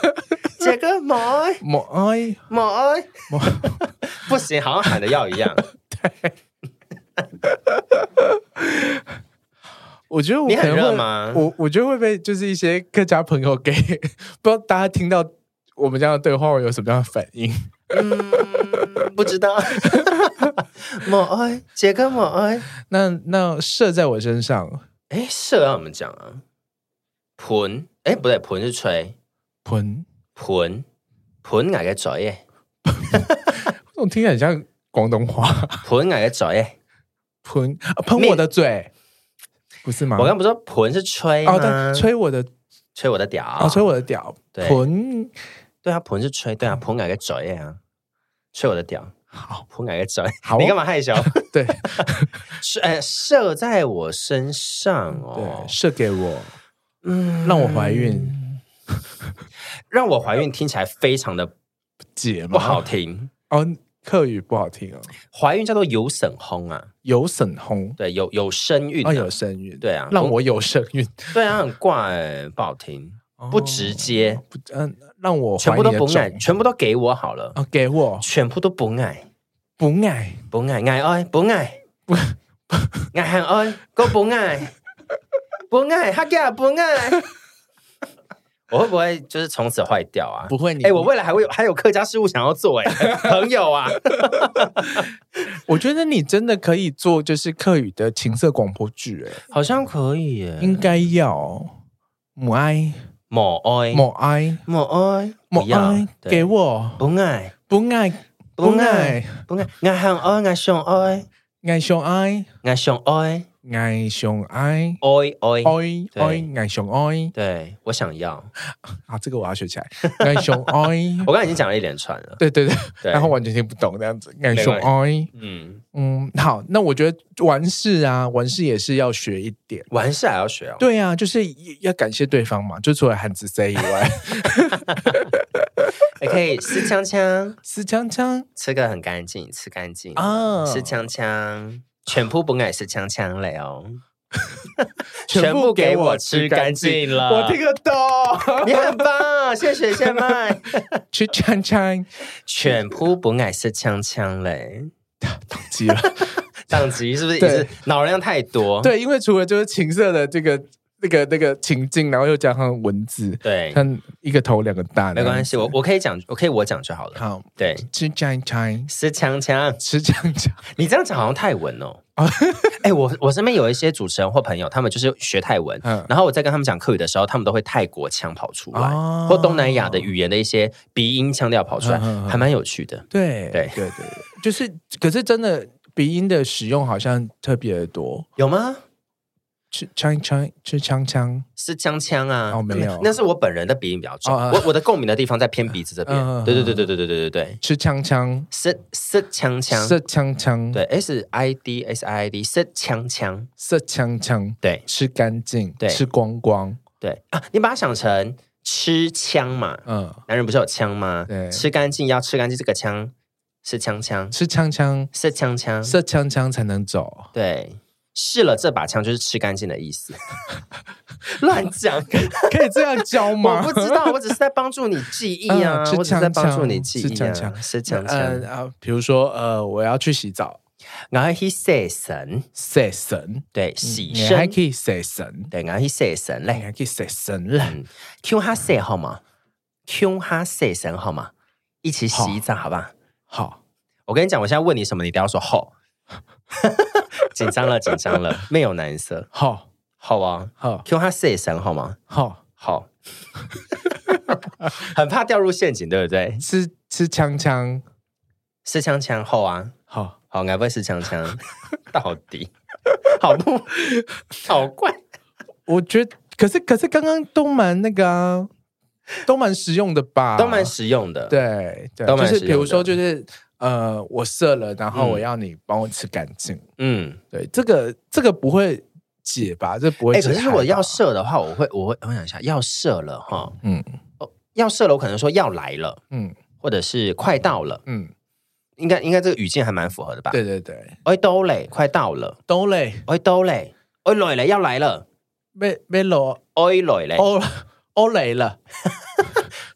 [SPEAKER 2] 杰哥某哀
[SPEAKER 1] 某哀
[SPEAKER 2] 某 哀，
[SPEAKER 1] 某
[SPEAKER 2] 不行，好像喊的要一样。
[SPEAKER 1] 我觉得我
[SPEAKER 2] 你
[SPEAKER 1] 可
[SPEAKER 2] 很
[SPEAKER 1] 能
[SPEAKER 2] 热
[SPEAKER 1] 会，
[SPEAKER 2] 吗
[SPEAKER 1] 我我觉得会被就是一些客家朋友给， 不知道大家听到我们这样的对话会有什么样的反应？
[SPEAKER 2] 嗯，不知 道。某哀，杰哥某哀，
[SPEAKER 1] 那那射在我身上，
[SPEAKER 2] 哎，射要怎么讲啊？盆，哎，不对，盆是吹，
[SPEAKER 1] 喷，
[SPEAKER 2] 盆，盆挨个嘴耶，
[SPEAKER 1] 这种听起来很像广东话，
[SPEAKER 2] 盆挨个嘴耶。
[SPEAKER 1] 喷啊喷
[SPEAKER 2] 你
[SPEAKER 1] 我的嘴，不是吗？
[SPEAKER 2] 我刚不是说盆是吹吗？
[SPEAKER 1] 啊哦，对，吹我的，
[SPEAKER 2] 吹我的屌，
[SPEAKER 1] 哦，吹我的屌，
[SPEAKER 2] 啊对
[SPEAKER 1] 喷，
[SPEAKER 2] 对啊，盆是吹，对啊，盆挨个嘴啊，吹我的屌，
[SPEAKER 1] 好，
[SPEAKER 2] 盆挨个嘴。
[SPEAKER 1] 好哦
[SPEAKER 2] 你干嘛害羞？
[SPEAKER 1] 对
[SPEAKER 2] 是，哎，射在我身上哦
[SPEAKER 1] 对，，射给我，
[SPEAKER 2] 嗯
[SPEAKER 1] 让我怀孕，
[SPEAKER 2] 让我怀孕听起来非常的
[SPEAKER 1] 姐吗
[SPEAKER 2] 不好听。
[SPEAKER 1] 哦，客语不好听哦，
[SPEAKER 2] 怀孕叫做有省烘啊，
[SPEAKER 1] 有损轰，
[SPEAKER 2] 对，有有身孕、啊，
[SPEAKER 1] 哦，有身孕，
[SPEAKER 2] 对啊
[SPEAKER 1] 让我有身孕，
[SPEAKER 2] 对啊，很怪、欸，不好听，不直接，
[SPEAKER 1] 不，嗯，让我
[SPEAKER 2] 全部都不爱，
[SPEAKER 1] 爱，
[SPEAKER 2] 全部都给我好了，
[SPEAKER 1] 啊，给我
[SPEAKER 2] 全部都不爱，
[SPEAKER 1] 不爱，
[SPEAKER 2] 不爱，爱爱不爱，爱喊爱，都不爱，不爱，他家不爱。我会不会就是从此坏掉啊？
[SPEAKER 1] 不会你
[SPEAKER 2] 哎、我未来还会有还有客家事务想要做哎、朋友啊，
[SPEAKER 1] 我觉得你真的可以做就是客语的情色广播剧，哎，
[SPEAKER 2] 好像可以耶、
[SPEAKER 1] 应该要母爱
[SPEAKER 2] 某爱
[SPEAKER 1] 母爱
[SPEAKER 2] 某爱
[SPEAKER 1] 母
[SPEAKER 2] 不要
[SPEAKER 1] 爱
[SPEAKER 2] 对
[SPEAKER 1] 给我
[SPEAKER 2] 不爱
[SPEAKER 1] 不爱
[SPEAKER 2] 不
[SPEAKER 1] 不
[SPEAKER 2] 爱
[SPEAKER 1] 爱
[SPEAKER 2] 不爱，爱喊爱爱上爱
[SPEAKER 1] 爱上爱
[SPEAKER 2] 爱上爱
[SPEAKER 1] 爱上爱。
[SPEAKER 2] 爱爱
[SPEAKER 1] 爱
[SPEAKER 2] 对
[SPEAKER 1] 爱爱上爱
[SPEAKER 2] 对我想要，
[SPEAKER 1] 啊，这个我要学起来。爱上爱，
[SPEAKER 2] 我刚才已经讲了一连串了。
[SPEAKER 1] 对对对，
[SPEAKER 2] 对，
[SPEAKER 1] 然后完全听不懂这样子。爱
[SPEAKER 2] 没
[SPEAKER 1] 上
[SPEAKER 2] 关系
[SPEAKER 1] 爱，
[SPEAKER 2] 嗯，
[SPEAKER 1] 嗯，好，那我觉得完事啊，完事也是要学一点。
[SPEAKER 2] 完事还要学哦。
[SPEAKER 1] 对啊，就是要感谢对方嘛，就除了汉字 C 以外，
[SPEAKER 2] 也可以吃锵锵，
[SPEAKER 1] 是锵锵
[SPEAKER 2] 吃个很干净，吃干净
[SPEAKER 1] 啊
[SPEAKER 2] 吃锵锵，全部不爱吃锵锵嘞哦，
[SPEAKER 1] 全部
[SPEAKER 2] 给
[SPEAKER 1] 给我
[SPEAKER 2] 吃
[SPEAKER 1] 吃
[SPEAKER 2] 干
[SPEAKER 1] 干
[SPEAKER 2] 净
[SPEAKER 1] 净
[SPEAKER 2] 了。
[SPEAKER 1] 我 听得懂。
[SPEAKER 2] 你很棒，谢谢谢麦。
[SPEAKER 1] 去锵锵，
[SPEAKER 2] 全部不爱吃锵锵嘞，
[SPEAKER 1] 懂极了。
[SPEAKER 2] 档级是不是也
[SPEAKER 1] 对
[SPEAKER 2] 是脑容量太多？
[SPEAKER 1] 对，因为除了就是情色的这个、那个、那个情境，然后又加上文字，
[SPEAKER 2] 对，
[SPEAKER 1] 看一个头两个大，
[SPEAKER 2] 没关系，我我可以讲，我可以我讲就好了。
[SPEAKER 1] 好，
[SPEAKER 2] 对，
[SPEAKER 1] 吃锵锵，
[SPEAKER 2] 吃锵锵。
[SPEAKER 1] 吃锵锵，
[SPEAKER 2] 你这样讲好像泰文 哦。哎、我我身边有一些主持人或朋友，他们就是学泰文，
[SPEAKER 1] 嗯
[SPEAKER 2] 然后我在跟他们讲课语的时候，他们都会泰国腔跑出来，
[SPEAKER 1] 哦
[SPEAKER 2] 或东南亚的语言的一些鼻音腔调跑出来，
[SPEAKER 1] 嗯嗯嗯
[SPEAKER 2] 还蛮有趣的。
[SPEAKER 1] 对
[SPEAKER 2] 对
[SPEAKER 1] 对对，就是，可是真的鼻音的使用好像特别的多。
[SPEAKER 2] 有吗？
[SPEAKER 1] 吃锵锵，吃锵锵，
[SPEAKER 2] 是腔腔啊？
[SPEAKER 1] 哦没有
[SPEAKER 2] 那是我本人的鼻音比较重，
[SPEAKER 1] 哦哦
[SPEAKER 2] 我我的共鸣的地方在偏鼻子这边。
[SPEAKER 1] 嗯嗯嗯
[SPEAKER 2] 对对对对对对对对对，
[SPEAKER 1] 吃锵锵，
[SPEAKER 2] 是是腔腔。
[SPEAKER 1] 色锵锵，
[SPEAKER 2] 对，S I D S I D 是腔腔，
[SPEAKER 1] 色锵锵，
[SPEAKER 2] 对
[SPEAKER 1] 吃干净，
[SPEAKER 2] 对
[SPEAKER 1] 吃光光，
[SPEAKER 2] 对啊，你把它想成吃腔嘛，
[SPEAKER 1] 嗯，
[SPEAKER 2] 男人不是有枪吗？
[SPEAKER 1] 对
[SPEAKER 2] 吃干净要吃干净，这个枪是枪枪，
[SPEAKER 1] 吃锵锵，
[SPEAKER 2] 是枪枪，
[SPEAKER 1] 色锵锵才能走。
[SPEAKER 2] 对，试了这把枪就是吃干净的意思。 乱 讲，
[SPEAKER 1] 可以这样教
[SPEAKER 2] 我
[SPEAKER 1] 吗？
[SPEAKER 2] 不知道，我只是在帮助你记忆啊，
[SPEAKER 1] 嗯吃
[SPEAKER 2] 我只是在
[SPEAKER 1] 锵
[SPEAKER 2] 帮助
[SPEAKER 1] 锵
[SPEAKER 2] 你记忆
[SPEAKER 1] 吃锵
[SPEAKER 2] 啊，
[SPEAKER 1] 锵
[SPEAKER 2] 是枪
[SPEAKER 1] 呃
[SPEAKER 2] 枪。
[SPEAKER 1] 啊，比如说呃，我要去洗澡，
[SPEAKER 2] 然后 he say 神，
[SPEAKER 1] 洗神，
[SPEAKER 2] 对，洗
[SPEAKER 1] 嗯你还
[SPEAKER 2] 身，
[SPEAKER 1] 可以洗神，
[SPEAKER 2] 对，然后 he say 神
[SPEAKER 1] 你
[SPEAKER 2] 嘞嗯
[SPEAKER 1] 还可以洗神了。
[SPEAKER 2] ，Q 哈 say 好吗？Q 哈 say 神好吗？一起洗澡好吧？
[SPEAKER 1] 好，
[SPEAKER 2] 我跟你讲，我现在问 你什么，你都要说好。紧张了，紧张了，没有难色。
[SPEAKER 1] 好，
[SPEAKER 2] 好啊
[SPEAKER 1] 好
[SPEAKER 2] ，Q 他 say 声好吗？
[SPEAKER 1] 好
[SPEAKER 2] 好， 很怕掉入陷阱，对不对？
[SPEAKER 1] 吃吃锵锵，
[SPEAKER 2] 是枪枪后啊，
[SPEAKER 1] 好
[SPEAKER 2] 好，该不会是枪 枪到底？好不好怪？
[SPEAKER 1] 我觉得，可是可是刚刚都蛮那个啊，都蛮实用的吧，
[SPEAKER 2] 都蛮实用的，，
[SPEAKER 1] 对对，
[SPEAKER 2] 都蛮
[SPEAKER 1] 就是
[SPEAKER 2] 实
[SPEAKER 1] 比如
[SPEAKER 2] 用
[SPEAKER 1] 说
[SPEAKER 2] 的
[SPEAKER 1] 就是呃，我射了，然后
[SPEAKER 2] 嗯
[SPEAKER 1] 我要你帮我吃干净，
[SPEAKER 2] 嗯，
[SPEAKER 1] 对，这个这个不会解吧？这不会
[SPEAKER 2] 哎，
[SPEAKER 1] 解
[SPEAKER 2] 可
[SPEAKER 1] 开吧。
[SPEAKER 2] 是如果要射的话，我会，我会，我想一下，要射了哈，哦
[SPEAKER 1] 嗯
[SPEAKER 2] 要射了，我可能说要来了，
[SPEAKER 1] 嗯
[SPEAKER 2] 或者是快到了，
[SPEAKER 1] 嗯，
[SPEAKER 2] 应该应该这个语境还蛮符合的吧？，
[SPEAKER 1] 对对对，
[SPEAKER 2] 哎，都嘞，快到了，
[SPEAKER 1] 都嘞，
[SPEAKER 2] 哎，都嘞，哎，来了，要来了，
[SPEAKER 1] 被被罗
[SPEAKER 2] 哎，来嘞，
[SPEAKER 1] 欧欧雷了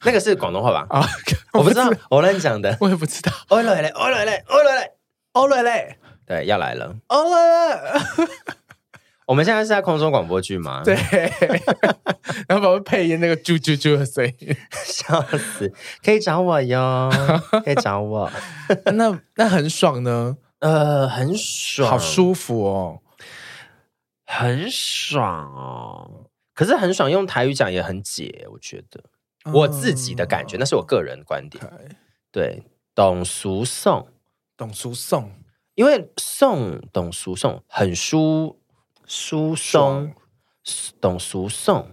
[SPEAKER 2] 那个是广东话吧？
[SPEAKER 1] 啊！
[SPEAKER 2] 我不知道，我乱讲的。
[SPEAKER 1] 我也不知道，
[SPEAKER 2] 哦来嘞，哦来嘞，哦来嘞，
[SPEAKER 1] 欧雷嘞，
[SPEAKER 2] 对，要来了。
[SPEAKER 1] 欧雷嘞，
[SPEAKER 2] 我们现在是在空中广播剧吗？
[SPEAKER 1] 对，， 然后把我配音那个啾啾啾的声 音，
[SPEAKER 2] 笑死，可以找我 哟，可以找我。
[SPEAKER 1] 那那很爽呢，
[SPEAKER 2] 呃，很爽，
[SPEAKER 1] 好，舒服哦。
[SPEAKER 2] 很爽哦。可是很爽，用台语讲也很解，我觉得我自己的感觉，那是我个人观点。
[SPEAKER 1] 嗯
[SPEAKER 2] 对，懂俗送，
[SPEAKER 1] 懂书送
[SPEAKER 2] 因为送懂俗送很舒舒松，懂俗送，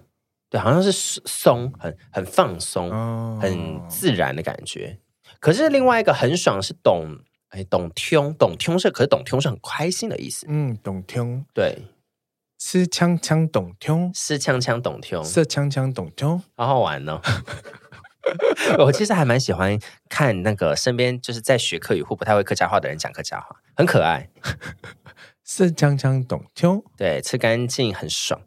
[SPEAKER 2] 对，好像是松，很很放松。
[SPEAKER 1] 哦
[SPEAKER 2] 嗯很自然的感觉。可是另外一个很爽是懂，哎，懂听，懂听是，可是懂听是很开心的意思。
[SPEAKER 1] 嗯，懂听
[SPEAKER 2] 对，
[SPEAKER 1] 吃锵锵懂听，
[SPEAKER 2] 是锵锵懂听，
[SPEAKER 1] 射锵锵懂听，
[SPEAKER 2] 好好玩 哦。我其实还蛮喜欢看那个身边就是在学客语或不太会客家话的人讲客家话，很可爱。
[SPEAKER 1] 射锵锵懂 听。
[SPEAKER 2] 对，吃干净很爽。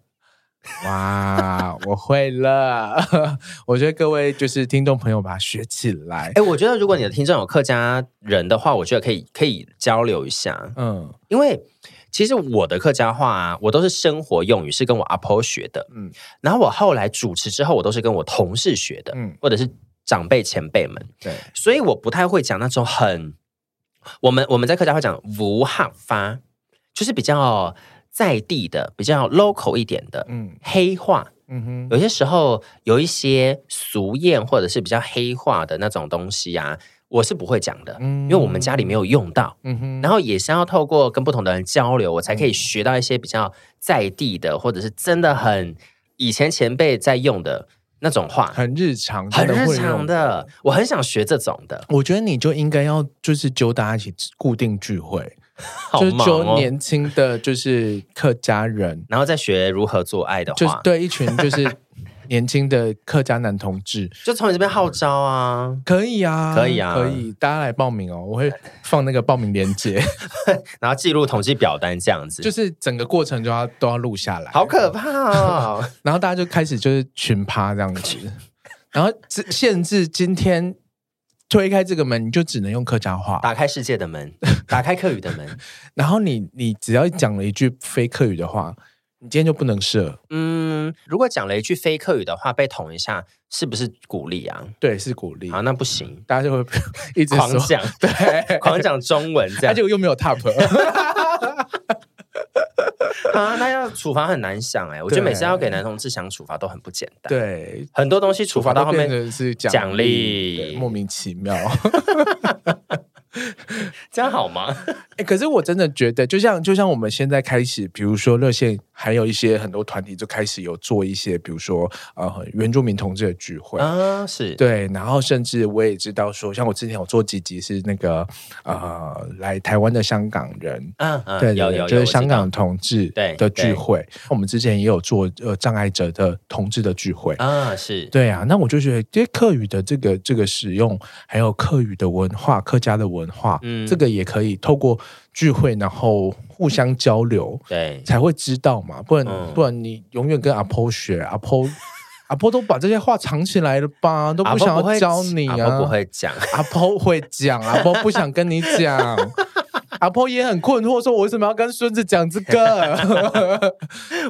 [SPEAKER 1] 哇，我会了！ 我觉得各位就是听众朋友把它学起来。
[SPEAKER 2] 哎，我觉得如果你的听众有客家人的话，我觉得可以可以交流一下，
[SPEAKER 1] 嗯
[SPEAKER 2] 因为其实我的客家话、啊、我都是生活用语，是跟我阿婆学的。
[SPEAKER 1] 嗯
[SPEAKER 2] 然后我后来主持之后，我都是跟我同事学的，
[SPEAKER 1] 嗯，
[SPEAKER 2] 或者是长辈前辈们，
[SPEAKER 1] 对，
[SPEAKER 2] 所以我不太会讲那种很，我们我们在客家会讲无汉发，就是比较在地的、比较 local 一点的、
[SPEAKER 1] 嗯
[SPEAKER 2] 黑话。
[SPEAKER 1] 嗯哼，
[SPEAKER 2] 有些时候有一些俗谚或者是比较黑话的那种东西啊，我是不会讲的，
[SPEAKER 1] 嗯
[SPEAKER 2] 因为我们家里没有用到。
[SPEAKER 1] 嗯哼，
[SPEAKER 2] 然后也是要透过跟不同的人交流，我才
[SPEAKER 1] 嗯
[SPEAKER 2] 可以学到一些比较在地的，或者是真的很以前前辈在用的那种话，
[SPEAKER 1] 很日常，
[SPEAKER 2] 很
[SPEAKER 1] 真
[SPEAKER 2] 日
[SPEAKER 1] 会
[SPEAKER 2] 常
[SPEAKER 1] 用。
[SPEAKER 2] 的。我很想学这种 的，
[SPEAKER 1] 我觉得你就应该要就是揪大家一起固定聚会，
[SPEAKER 2] 好
[SPEAKER 1] 就是
[SPEAKER 2] 忙
[SPEAKER 1] 揪
[SPEAKER 2] 哦。
[SPEAKER 1] 年轻的就是客家人，
[SPEAKER 2] 然后再学如何做爱的
[SPEAKER 1] 就是
[SPEAKER 2] 话，
[SPEAKER 1] 对一群就是 年轻的客家男同志，
[SPEAKER 2] 就从你这边号召啊，
[SPEAKER 1] 可以啊，
[SPEAKER 2] 可以啊
[SPEAKER 1] 可以，大家来报名哦，我会放那个报名链 接，
[SPEAKER 2] 然后记录统计表单这样子，
[SPEAKER 1] 就是整个过程都要都要录下来，
[SPEAKER 2] 好可怕哦。
[SPEAKER 1] 然后大家就开始就是群趴这样子， 然后只限制今天推开这个门，你就只能用客家话。
[SPEAKER 2] 打开世界 的门，打开课语的门。
[SPEAKER 1] 然后你你只要讲了一句非客语的话，你今天就不能射。
[SPEAKER 2] 嗯，如果讲了一句非课语的话，被捅一下，是不是鼓励啊？
[SPEAKER 1] 对，是鼓励，
[SPEAKER 2] 啊，那不行，
[SPEAKER 1] 大家就会 一直
[SPEAKER 2] 狂
[SPEAKER 1] 嗯说，
[SPEAKER 2] 讲，
[SPEAKER 1] 对，
[SPEAKER 2] 狂讲中文
[SPEAKER 1] 而
[SPEAKER 2] 这样
[SPEAKER 1] 且我又没有 top，
[SPEAKER 2] 啊，那要处罚很难想哎、我觉得
[SPEAKER 1] 对
[SPEAKER 2] 每次要给男同志想处罚都很不简单，，
[SPEAKER 1] 对，
[SPEAKER 2] 很多东西处罚到后
[SPEAKER 1] 变
[SPEAKER 2] 面
[SPEAKER 1] 成是奖
[SPEAKER 2] 奖励
[SPEAKER 1] 对莫名其 妙。
[SPEAKER 2] 这样好吗？
[SPEAKER 1] 哎、可是我真的觉得，就像就像我们现在开始，比如说热线，还有一些很多团体就开始有做一些，比如说呃原住民同志的聚会。
[SPEAKER 2] 啊，是，
[SPEAKER 1] 对，然后甚至我也知道说，像我之前有做几集是那个呃来台湾的香港人，
[SPEAKER 2] 嗯嗯，
[SPEAKER 1] 对对，
[SPEAKER 2] 有
[SPEAKER 1] 对
[SPEAKER 2] 有有
[SPEAKER 1] 就是
[SPEAKER 2] 我知
[SPEAKER 1] 香港
[SPEAKER 2] 道
[SPEAKER 1] 同志
[SPEAKER 2] 对
[SPEAKER 1] 的聚
[SPEAKER 2] 对
[SPEAKER 1] 会。我们之前也有做呃障碍者的同志的聚会，
[SPEAKER 2] 啊，是，
[SPEAKER 1] 对啊，那我就觉得，这客语的这个这个使用，还有客语的文化、客家的文化，
[SPEAKER 2] 嗯
[SPEAKER 1] 这个也可以透过聚会，然后互相交流，
[SPEAKER 2] 对
[SPEAKER 1] 才会知道嘛。不然、
[SPEAKER 2] 嗯
[SPEAKER 1] 不然你永远跟阿婆学，阿 婆阿婆都把这些话藏起来了吧，都
[SPEAKER 2] 阿
[SPEAKER 1] 不
[SPEAKER 2] 婆
[SPEAKER 1] 想
[SPEAKER 2] 会
[SPEAKER 1] 要教你
[SPEAKER 2] 阿婆
[SPEAKER 1] 啊。
[SPEAKER 2] 不会讲，
[SPEAKER 1] 阿婆会讲，阿婆不想跟你讲。阿婆也很困惑，说我为什么要跟孙子讲这 个？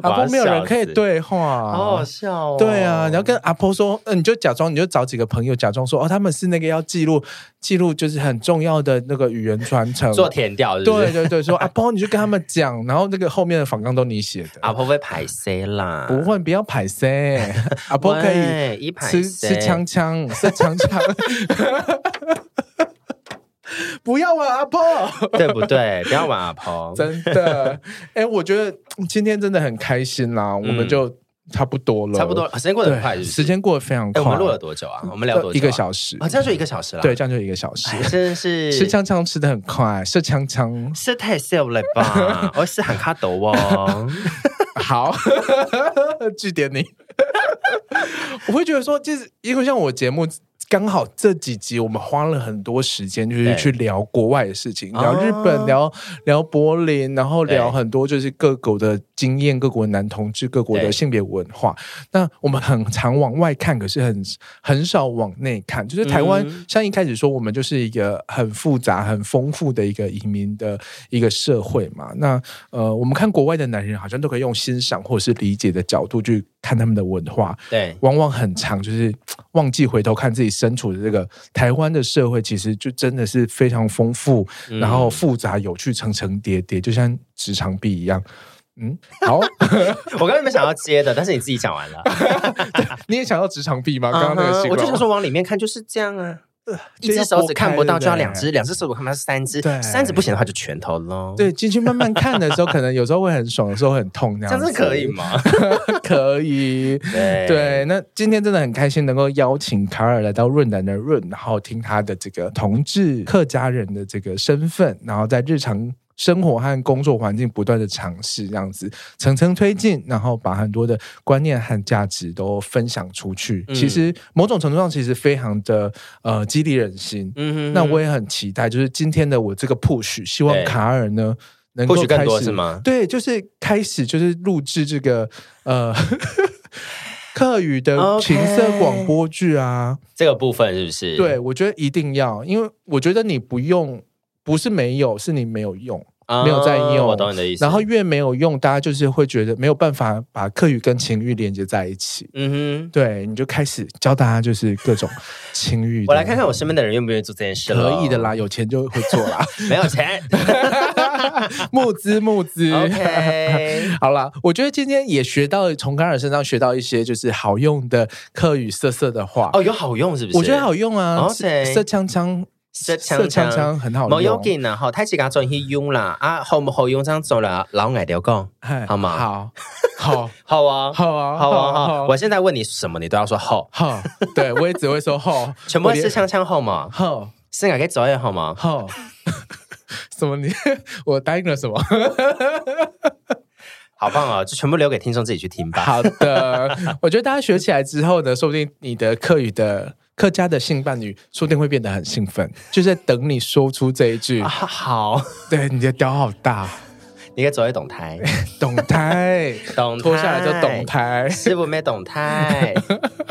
[SPEAKER 1] 阿婆没有人可以对话。
[SPEAKER 2] 好好笑哦。
[SPEAKER 1] 对啊，你要跟阿婆说，嗯，你就假装，你就找几个朋友假装说，哦，他们是那个要记录记录，就是很重要的那个语言传承。
[SPEAKER 2] 做填调是不是，
[SPEAKER 1] 对对对，说 阿婆，你就跟他们讲，然后那个后面的访纲都你写的。
[SPEAKER 2] 阿婆会排 C 啦，
[SPEAKER 1] 不会，不要排 塞，阿婆可以
[SPEAKER 2] 喂一排
[SPEAKER 1] 吃
[SPEAKER 2] C
[SPEAKER 1] 吃枪枪，吃枪枪。 不要玩 阿婆，
[SPEAKER 2] 对不对？不要玩阿 婆，
[SPEAKER 1] 真的。哎、我觉得今天真的很开心啦，我们就差不多了，
[SPEAKER 2] 嗯差不多，时间过得
[SPEAKER 1] 对，
[SPEAKER 2] 很快，是不是
[SPEAKER 1] 时。间过得非常快。
[SPEAKER 2] 哎，我们录了多久啊？我们聊多久啊？
[SPEAKER 1] 一个小时
[SPEAKER 2] 啊，这样就一个小时了。
[SPEAKER 1] 对，，这样就一个小时。
[SPEAKER 2] 哎，真的是
[SPEAKER 1] 吃枪枪吃的很快，射枪 枪
[SPEAKER 2] 是太秀了 吧？我是喊卡斗哦。
[SPEAKER 1] 好， 据点你。 我会觉得说，就是因为像我节目。刚好这几集我们花了很多时间，就是
[SPEAKER 2] 对
[SPEAKER 1] 去聊国外的事情，
[SPEAKER 2] 哦
[SPEAKER 1] 聊日本，聊聊柏林，然后聊
[SPEAKER 2] 对
[SPEAKER 1] 很多就是各国的经验、各国的男同志、各国的
[SPEAKER 2] 对
[SPEAKER 1] 性别文化。那我们很常往外看，可是很很少往内看。就是台湾
[SPEAKER 2] 嗯
[SPEAKER 1] 像一开始说，我们就是一个很复杂、很丰富的一个移民的一个社会嘛。那呃，我们看国外的男人，好像都可以用欣赏或者是理解的角度去看他们的文化，
[SPEAKER 2] 对，
[SPEAKER 1] 往往很长，就是嘖忘记回头看自己身处的这个台湾的社会，其实就真的是非常丰富，
[SPEAKER 2] 嗯
[SPEAKER 1] 然后复杂、有趣、层层叠叠，就像职场壁一样。嗯，好，
[SPEAKER 2] 我刚刚没想要接的，但是你自己讲完 了。
[SPEAKER 1] 你也想要职场壁吗？刚刚那个呃形
[SPEAKER 2] 嗯哼
[SPEAKER 1] 容
[SPEAKER 2] 啊我就想说往里面看就是这样啊，一只手指看不到就要两只，两只手指看不到是三只
[SPEAKER 1] 对，
[SPEAKER 2] 三只不行的话就拳头喽。，
[SPEAKER 1] 对，进去慢慢看的时候，可能有时候会很爽，有时候会很痛，那
[SPEAKER 2] 这
[SPEAKER 1] 样
[SPEAKER 2] 样
[SPEAKER 1] 子
[SPEAKER 2] 子可以？吗？ 哎
[SPEAKER 1] 可以。
[SPEAKER 2] 对
[SPEAKER 1] 对，那今天真的很开心能够邀请卡尔来到润南的润，然后听他的这个同志客家人的这个身份，然后在日常。生活和工作环境不断的尝试，这样子层层推进，然后把很多的观念和价值都分享出去。
[SPEAKER 2] 嗯
[SPEAKER 1] 其实某种程度上，其实非常的呃激励人心。
[SPEAKER 2] 嗯哼
[SPEAKER 1] 那我也很期待，就是今天的我这个 push，希望
[SPEAKER 2] 对
[SPEAKER 1] 卡尔呢能够
[SPEAKER 2] push 更多
[SPEAKER 1] 开始
[SPEAKER 2] 是吗
[SPEAKER 1] 对，就是开始就是录制这个呃 客语的
[SPEAKER 2] OK
[SPEAKER 1] 情色广播剧啊。
[SPEAKER 2] 这个部分是不是？
[SPEAKER 1] 对，我觉得一定要，因为我觉得你不用。不是没有，是你没有用，
[SPEAKER 2] 啊，
[SPEAKER 1] 没有在用
[SPEAKER 2] 我懂你的意思。
[SPEAKER 1] 然后，越没有用，大家就是会觉得没有办法把客语跟情欲连接在一起。
[SPEAKER 2] 嗯哼，
[SPEAKER 1] 对，你就开始教大家就是各种情欲。
[SPEAKER 2] 我来看看哦我身边的人愿不愿意做这件事了。
[SPEAKER 1] 可以的，啦，有钱就会做啦。
[SPEAKER 2] 没有 钱。
[SPEAKER 1] 募资募资。
[SPEAKER 2] OK，
[SPEAKER 1] 好啦，我觉得今天也学到从卡尔身上学到一些就是好用的课语色色的话，
[SPEAKER 2] 哦，有好用是不是？
[SPEAKER 1] 我觉得好用啊，
[SPEAKER 2] OK
[SPEAKER 1] 色枪枪，
[SPEAKER 2] 色枪
[SPEAKER 1] 色
[SPEAKER 2] 枪
[SPEAKER 1] 枪枪很好
[SPEAKER 2] 冇要
[SPEAKER 1] 用，
[SPEAKER 2] 紧啦，吼，太自家做去用啦，啊，好唔好用这样做啦，老外聊讲，
[SPEAKER 1] 嗨
[SPEAKER 2] 好吗
[SPEAKER 1] 好，好，
[SPEAKER 2] 好啊，
[SPEAKER 1] 好啊，
[SPEAKER 2] 好啊，
[SPEAKER 1] 啊
[SPEAKER 2] 好，我现在问你什么，你都要说好，
[SPEAKER 1] 好，对我也只会说好，
[SPEAKER 2] 全部
[SPEAKER 1] 我
[SPEAKER 2] 是
[SPEAKER 1] 连
[SPEAKER 2] 枪枪好吗？
[SPEAKER 1] 好
[SPEAKER 2] 是哪个作业好吗？
[SPEAKER 1] 好。什么你？ 我答应了 什么？
[SPEAKER 2] 好棒 哦，就全部留给听众自己去听吧。
[SPEAKER 1] 好的，我觉得大家学起来之后呢，说不定你的客语的客家的性伴侣，说不定会变得很兴奋，就在等你说出这一句
[SPEAKER 2] 啊。好，
[SPEAKER 1] 对，你的屌好大，
[SPEAKER 2] 你个作业懂台，
[SPEAKER 1] 懂 胎，
[SPEAKER 2] 懂
[SPEAKER 1] 脱下来就懂，胎。
[SPEAKER 2] 师傅没懂台，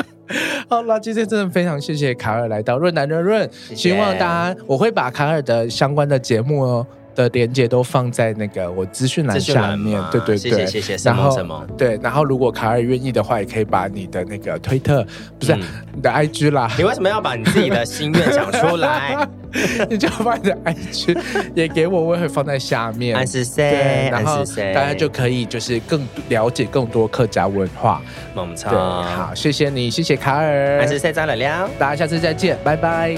[SPEAKER 1] 好啦，今天真的非常谢谢卡尔来到润南润润，
[SPEAKER 2] 谢
[SPEAKER 1] 希望大家我会把卡尔的相关的节目哦。的连接都放在那个我资讯栏
[SPEAKER 2] 资讯栏
[SPEAKER 1] 下面
[SPEAKER 2] 嘛，
[SPEAKER 1] 对对对，
[SPEAKER 2] 谢谢谢谢
[SPEAKER 1] 然后
[SPEAKER 2] 什么什么
[SPEAKER 1] 对，然后如果卡尔愿意的话，也可以把你的那个推特，不是、
[SPEAKER 2] 嗯
[SPEAKER 1] 你的 IG 啦，
[SPEAKER 2] 你为什么要把你自己的心愿讲出来？
[SPEAKER 1] 你就把你的 IG 也给我，我也会放在下 面。
[SPEAKER 2] 俺是
[SPEAKER 1] 对
[SPEAKER 2] 谁？，
[SPEAKER 1] 然后
[SPEAKER 2] 俺是谁？
[SPEAKER 1] 大家就可以就是更了解更多客家文化。
[SPEAKER 2] 猛操
[SPEAKER 1] 对，，好，谢谢你，谢谢卡尔
[SPEAKER 2] 啊俺，是谁？张了了。
[SPEAKER 1] 大家下次再见，拜拜。